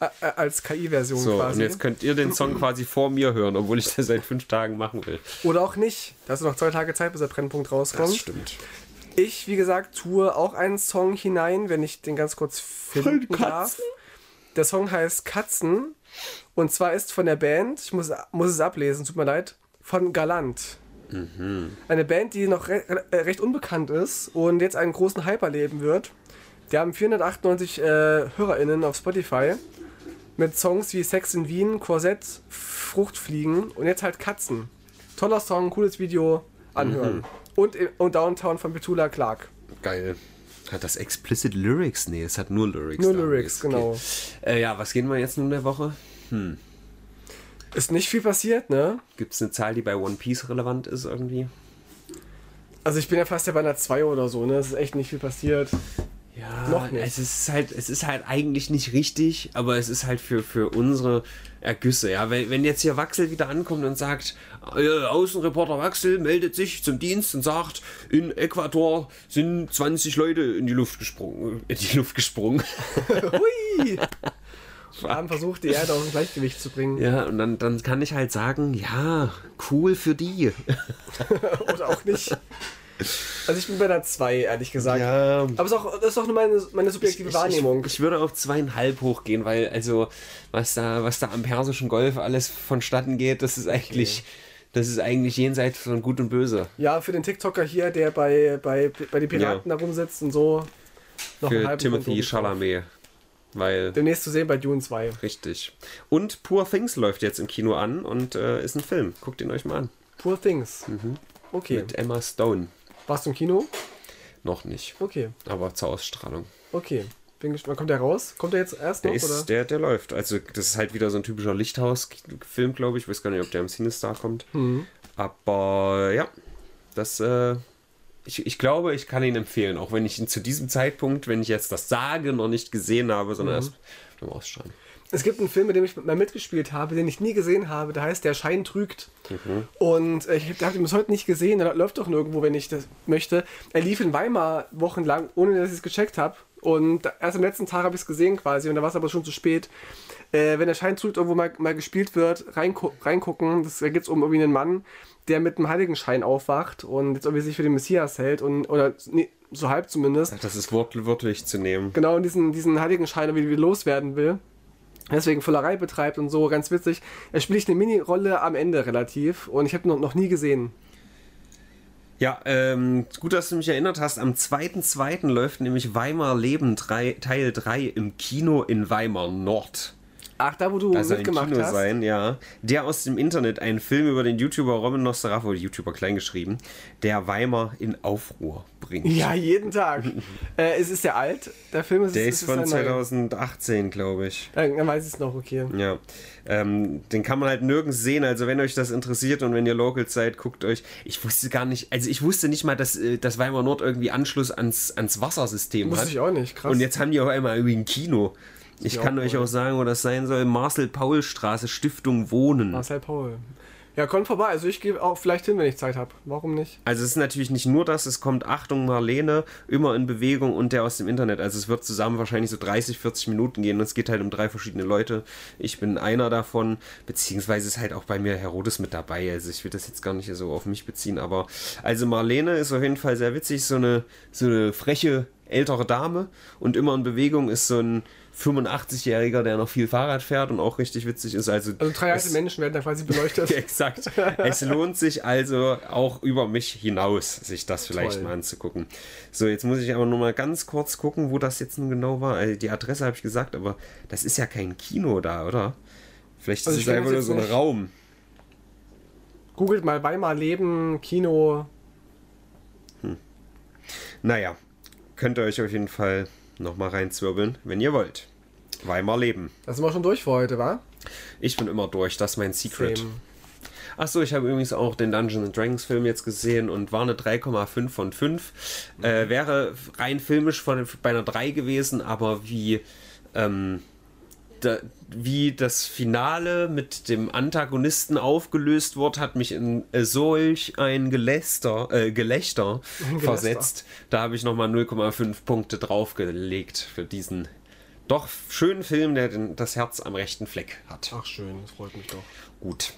Speaker 2: Ä- äh, Als KI-Version
Speaker 1: So,
Speaker 2: quasi.
Speaker 1: und jetzt könnt ihr den Song quasi vor mir hören, obwohl ich das seit fünf Tagen machen will.
Speaker 2: Oder auch nicht. Da hast du noch zwei Tage Zeit, bis der Brennpunkt rauskommt.
Speaker 1: stimmt.
Speaker 2: Ich, wie gesagt, tue auch einen Song hinein, wenn ich den ganz kurz finden
Speaker 1: Katzen?
Speaker 2: darf. Der Song heißt Katzen. Und zwar ist von der Band, ich muss, muss es ablesen, tut mir leid, von Galant.
Speaker 1: Mhm.
Speaker 2: Eine Band, die noch re äh, recht unbekannt ist und jetzt einen großen Hype erleben wird. Die haben 498 äh, HörerInnen auf Spotify mit Songs wie Sex in Wien, Korsett, Fruchtfliegen und jetzt halt Katzen. Toller Song, cooles Video,
Speaker 1: Mhm.
Speaker 2: anhören. Und, und Downtown von Petula Clark.
Speaker 1: Geil. Hat das explicit Lyrics? Nee, es hat nur Lyrics.
Speaker 2: Nur
Speaker 1: da.
Speaker 2: Lyrics,
Speaker 1: Okay.
Speaker 2: genau.
Speaker 1: Äh, ja, was gehen wir jetzt nun der Woche?
Speaker 2: Ist nicht viel passiert, ne?
Speaker 1: Gibt es eine Zahl, die bei One Piece relevant ist irgendwie?
Speaker 2: Also ich bin ja fast ja bei einer 2 oder so, ne? Es ist echt nicht viel passiert.
Speaker 1: Ja,
Speaker 2: Noch nicht.
Speaker 1: Es ist halt, es ist halt eigentlich nicht richtig, aber es ist halt für, für unsere Ergüsse. Ja, wenn, wenn jetzt hier Wachsel wieder ankommt und sagt, äh, Außenreporter Wachsel meldet sich zum Dienst und sagt, in Ecuador sind 20 Leute in die Luft gesprungen, äh, in die Luft gesprungen.
Speaker 2: Hui! Wir haben versucht, die Erde auf ein Gleichgewicht zu bringen.
Speaker 1: Ja, und dann, dann kann ich halt sagen, ja, cool für die.
Speaker 2: Oder auch nicht. Also ich bin bei einer 2, ehrlich gesagt.
Speaker 1: Ja.
Speaker 2: Aber es ist auch, das ist auch nur meine, meine subjektive Wahrnehmung.
Speaker 1: Ich, ich würde auf zweieinhalb hochgehen, weil also was da, was da am persischen Golf alles vonstatten geht, das ist eigentlich, das ist eigentlich jenseits von Gut und Böse.
Speaker 2: ja, für den TikToker hier, der bei, bei, bei den Piraten da rumsitzt und so. Noch einen
Speaker 1: Für
Speaker 2: halben
Speaker 1: Timothy
Speaker 2: Punkt oben.
Speaker 1: Chalamet. Weil,
Speaker 2: Demnächst zu sehen bei Dune 2.
Speaker 1: richtig. Und Poor Things läuft jetzt im Kino an und äh, ist ein Film. Guckt ihn euch mal an.
Speaker 2: Poor Things.
Speaker 1: Mhm.
Speaker 2: Okay.
Speaker 1: Mit Emma Stone.
Speaker 2: Warst du im Kino?
Speaker 1: Noch nicht.
Speaker 2: Okay.
Speaker 1: Aber zur Ausstrahlung.
Speaker 2: Okay. Bin gespannt. Wann Kommt der raus? Kommt der jetzt erst noch?
Speaker 1: Der,
Speaker 2: oder?
Speaker 1: ist, der, der läuft. Also, das ist halt wieder so ein typischer Lichthaus-Film, glaube ich. Ich weiß gar nicht, ob der im Cinestar kommt. Aber ja, das. Äh, ich, ich glaube, ich kann ihn empfehlen, auch wenn ich ihn zu diesem Zeitpunkt, wenn ich jetzt das sage, noch nicht gesehen habe, sondern erst beim Ausstrahlen.
Speaker 2: Es gibt einen Film, mit dem ich mal mitgespielt habe, den ich nie gesehen habe. Der heißt Der Schein trügt. Und äh, ich habe hab den bis heute nicht gesehen. Der läuft doch nirgendwo, wenn ich das möchte. Er lief in Weimar wochenlang, ohne dass ich es gecheckt habe. Und erst am letzten Tag habe ich es gesehen quasi. Und da war es aber schon zu spät. Äh, wenn der Schein trügt irgendwo mal, mal gespielt wird, reingu reingucken. Das, da geht es um irgendwie einen Mann, der mit einem Heiligenschein aufwacht und jetzt irgendwie sich für den Messias hält. Und, oder nee, so halb zumindest
Speaker 1: Das ist wortwörtlich zu nehmen.
Speaker 2: genau in diesen, diesen Heiligenschein irgendwie loswerden will. Deswegen Vollerei betreibt und so, ganz witzig. Er spielt eine Mini-Rolle am Ende relativ und ich habe ihn noch, noch nie gesehen.
Speaker 1: Ja, ähm, gut, dass du mich erinnert hast. Am 2.2. läuft nämlich Weimar Leben 3, Teil 3 im Kino in Weimar Nord.
Speaker 2: Ach, da wo du
Speaker 1: Also ein
Speaker 2: mitgemacht
Speaker 1: Kino
Speaker 2: hast.
Speaker 1: sein, ja. Der aus dem Internet, ein Film über den YouTuber Roman Nosferatu, YouTuber kleingeschrieben, der Weimar in Aufruhr bringt.
Speaker 2: Ja, jeden Tag. äh, es ist sehr alt. Der Film ist,
Speaker 1: Der
Speaker 2: es
Speaker 1: ist von
Speaker 2: ein neuer.
Speaker 1: 2018, glaube ich.
Speaker 2: Dann, dann weiß ich es noch, okay.
Speaker 1: Ja, ähm, den kann man halt nirgends sehen. Also wenn euch das interessiert und wenn ihr Locals seid, guckt euch. Ich wusste gar nicht, also ich wusste nicht mal, dass, äh, dass Weimar Nord irgendwie Anschluss ans, ans Wassersystem
Speaker 2: Wusste
Speaker 1: hat.
Speaker 2: ich auch nicht, krass.
Speaker 1: Und jetzt haben die auf einmal irgendwie ein Kino. Ich
Speaker 2: ja
Speaker 1: kann
Speaker 2: auch
Speaker 1: euch
Speaker 2: cool.
Speaker 1: auch sagen, wo das sein soll. Marcel-Paul-Straße, Stiftung Wohnen.
Speaker 2: Marcel Paul. Ja, kommt vorbei. Also ich gehe auch vielleicht hin, wenn ich Zeit habe. Warum nicht?
Speaker 1: Also es ist natürlich nicht nur das, es kommt Achtung Marlene, immer in Bewegung und der aus dem Internet. Also es wird zusammen wahrscheinlich so 30, 40 Minuten gehen und es geht halt um drei verschiedene Leute. Ich bin einer davon, beziehungsweise ist halt auch bei mir Herodes mit dabei. Also ich will das jetzt gar nicht so auf mich beziehen, aber also Marlene ist auf jeden Fall sehr witzig, so eine, so eine freche ältere Dame und immer in Bewegung ist so ein 85-Jähriger, der noch viel Fahrrad fährt und auch richtig witzig ist. Also,
Speaker 2: Also drei
Speaker 1: es-
Speaker 2: alte Menschen werden da quasi beleuchtet.
Speaker 1: Exakt. Es lohnt sich also auch über mich hinaus, sich das vielleicht
Speaker 2: Toll.
Speaker 1: mal anzugucken. So, jetzt muss ich aber nur mal ganz kurz gucken, wo das jetzt nun genau war. Also die Adresse habe ich gesagt, aber das ist ja kein Kino da, oder? Vielleicht
Speaker 2: Also
Speaker 1: ist
Speaker 2: ich
Speaker 1: es
Speaker 2: kenn
Speaker 1: einfach nur
Speaker 2: das
Speaker 1: so ein
Speaker 2: jetzt nicht.
Speaker 1: Raum.
Speaker 2: Googelt mal Weimar Leben, Kino.
Speaker 1: Naja, könnt ihr euch auf jeden Fall nochmal reinzwirbeln, wenn ihr wollt. Weimar Leben.
Speaker 2: Da sind wir schon durch für heute, wa?
Speaker 1: Ich bin immer durch, das ist mein Secret.
Speaker 2: Same.
Speaker 1: Achso, ich habe übrigens auch den Dungeons and Dragons Film jetzt gesehen und war eine 3,5 von 5. Äh, wäre rein filmisch von, bei einer 3 gewesen, aber wie, ähm, da, wie das Finale mit dem Antagonisten aufgelöst wird, hat mich in äh, solch ein Geläster, äh, Gelächter versetzt. Da habe ich nochmal 0,5 Punkte draufgelegt für diesen doch schönen Film, der den, das Herz am rechten Fleck hat.
Speaker 2: Ach schön, das freut mich doch.
Speaker 1: Gut,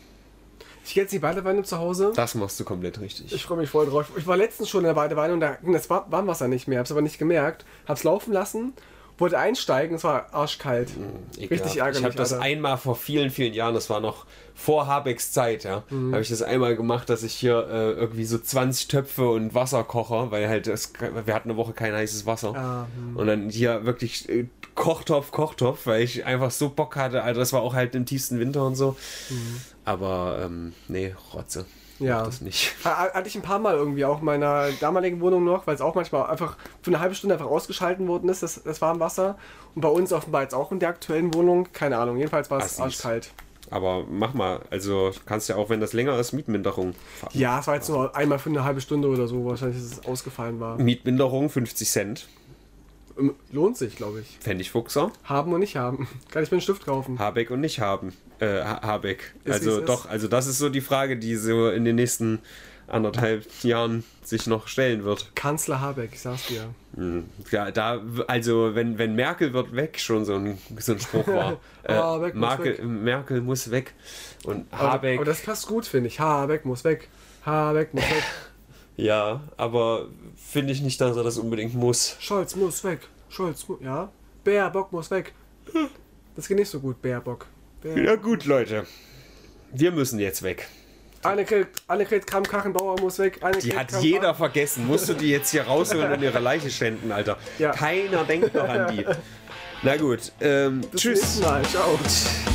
Speaker 2: Ich gehe jetzt in die Badewanne zu Hause.
Speaker 1: das machst du komplett richtig.
Speaker 2: Ich freue mich voll drauf. Ich war letztens schon in der Badewanne und da ging das Wa- Warmwasser nicht mehr. Hab's aber nicht gemerkt. Hab's laufen lassen, wollte einsteigen, es war arschkalt. Richtig
Speaker 1: Hm, Ekelhaft.
Speaker 2: ärgerlich.
Speaker 1: Ich habe das
Speaker 2: Alter.
Speaker 1: einmal vor vielen, vielen Jahren, das war noch vor Habecks Zeit, ja,
Speaker 2: Mhm.
Speaker 1: habe ich das einmal gemacht, dass ich hier äh, irgendwie so 20 Töpfe und Wasser koche, weil halt das, wir hatten eine Woche kein heißes Wasser.
Speaker 2: Ah,
Speaker 1: Und dann hier wirklich äh, Kochtopf, Kochtopf, weil ich einfach so Bock hatte. Also das war auch halt im tiefsten Winter und so. Aber ähm, nee, Rotze.
Speaker 2: Mhm. Ja.
Speaker 1: Mach Das nicht.
Speaker 2: Ha- Hatte ich ein paar Mal irgendwie auch in meiner damaligen Wohnung noch, weil es auch manchmal einfach für eine halbe Stunde einfach ausgeschalten worden ist, das, das Warmwasser. Und bei uns offenbar jetzt auch in der aktuellen Wohnung, keine Ahnung, jedenfalls war es
Speaker 1: Assis.
Speaker 2: arschkalt.
Speaker 1: Aber mach mal, also kannst ja auch, wenn das länger ist, Mietminderung.
Speaker 2: Ja, es war jetzt
Speaker 1: Hm.
Speaker 2: nur einmal für eine halbe Stunde oder so, wahrscheinlich, dass es ausgefallen war.
Speaker 1: Mietminderung 50 Cent.
Speaker 2: Ähm, Lohnt sich, glaube ich.
Speaker 1: Fände ich Fuchser.
Speaker 2: Haben und nicht haben. Kann ich mir einen Stift kaufen?
Speaker 1: Habeck und nicht haben. Äh, Ha- Habeck.
Speaker 2: Ist,
Speaker 1: also
Speaker 2: wie's ist.
Speaker 1: doch, also das ist so die Frage, die so in den nächsten anderthalb Jahren sich noch stellen wird.
Speaker 2: Kanzler Habeck, ich sag's dir.
Speaker 1: Hm. Ja, da, also wenn, wenn Merkel wird weg schon so ein, so ein Spruch war. Äh,
Speaker 2: Ah, Habeck muss
Speaker 1: Merkel,
Speaker 2: weg.
Speaker 1: Merkel muss weg. Und
Speaker 2: Aber-
Speaker 1: Habeck.
Speaker 2: Aber das passt gut, finde ich. Habeck muss weg. Habeck muss weg.
Speaker 1: ja, aber finde ich nicht, dass er das unbedingt muss.
Speaker 2: Scholz muss weg. Scholz muss. Ja? Baerbock muss weg. Das geht nicht so gut, Baerbock. Baer
Speaker 1: Ja gut, Leute. Wir müssen jetzt weg.
Speaker 2: Annegret, Annegret Kramp-Karrenbauer muss weg. Annegret
Speaker 1: Die hat
Speaker 2: Kramp-
Speaker 1: jeder vergessen. Musst du die jetzt hier rausholen und ihre Leiche schänden, Alter.
Speaker 2: Ja.
Speaker 1: Keiner denkt noch an die. Na gut, ähm,
Speaker 2: Bis zum
Speaker 1: tschüss.
Speaker 2: nächsten Mal. Ciao. also,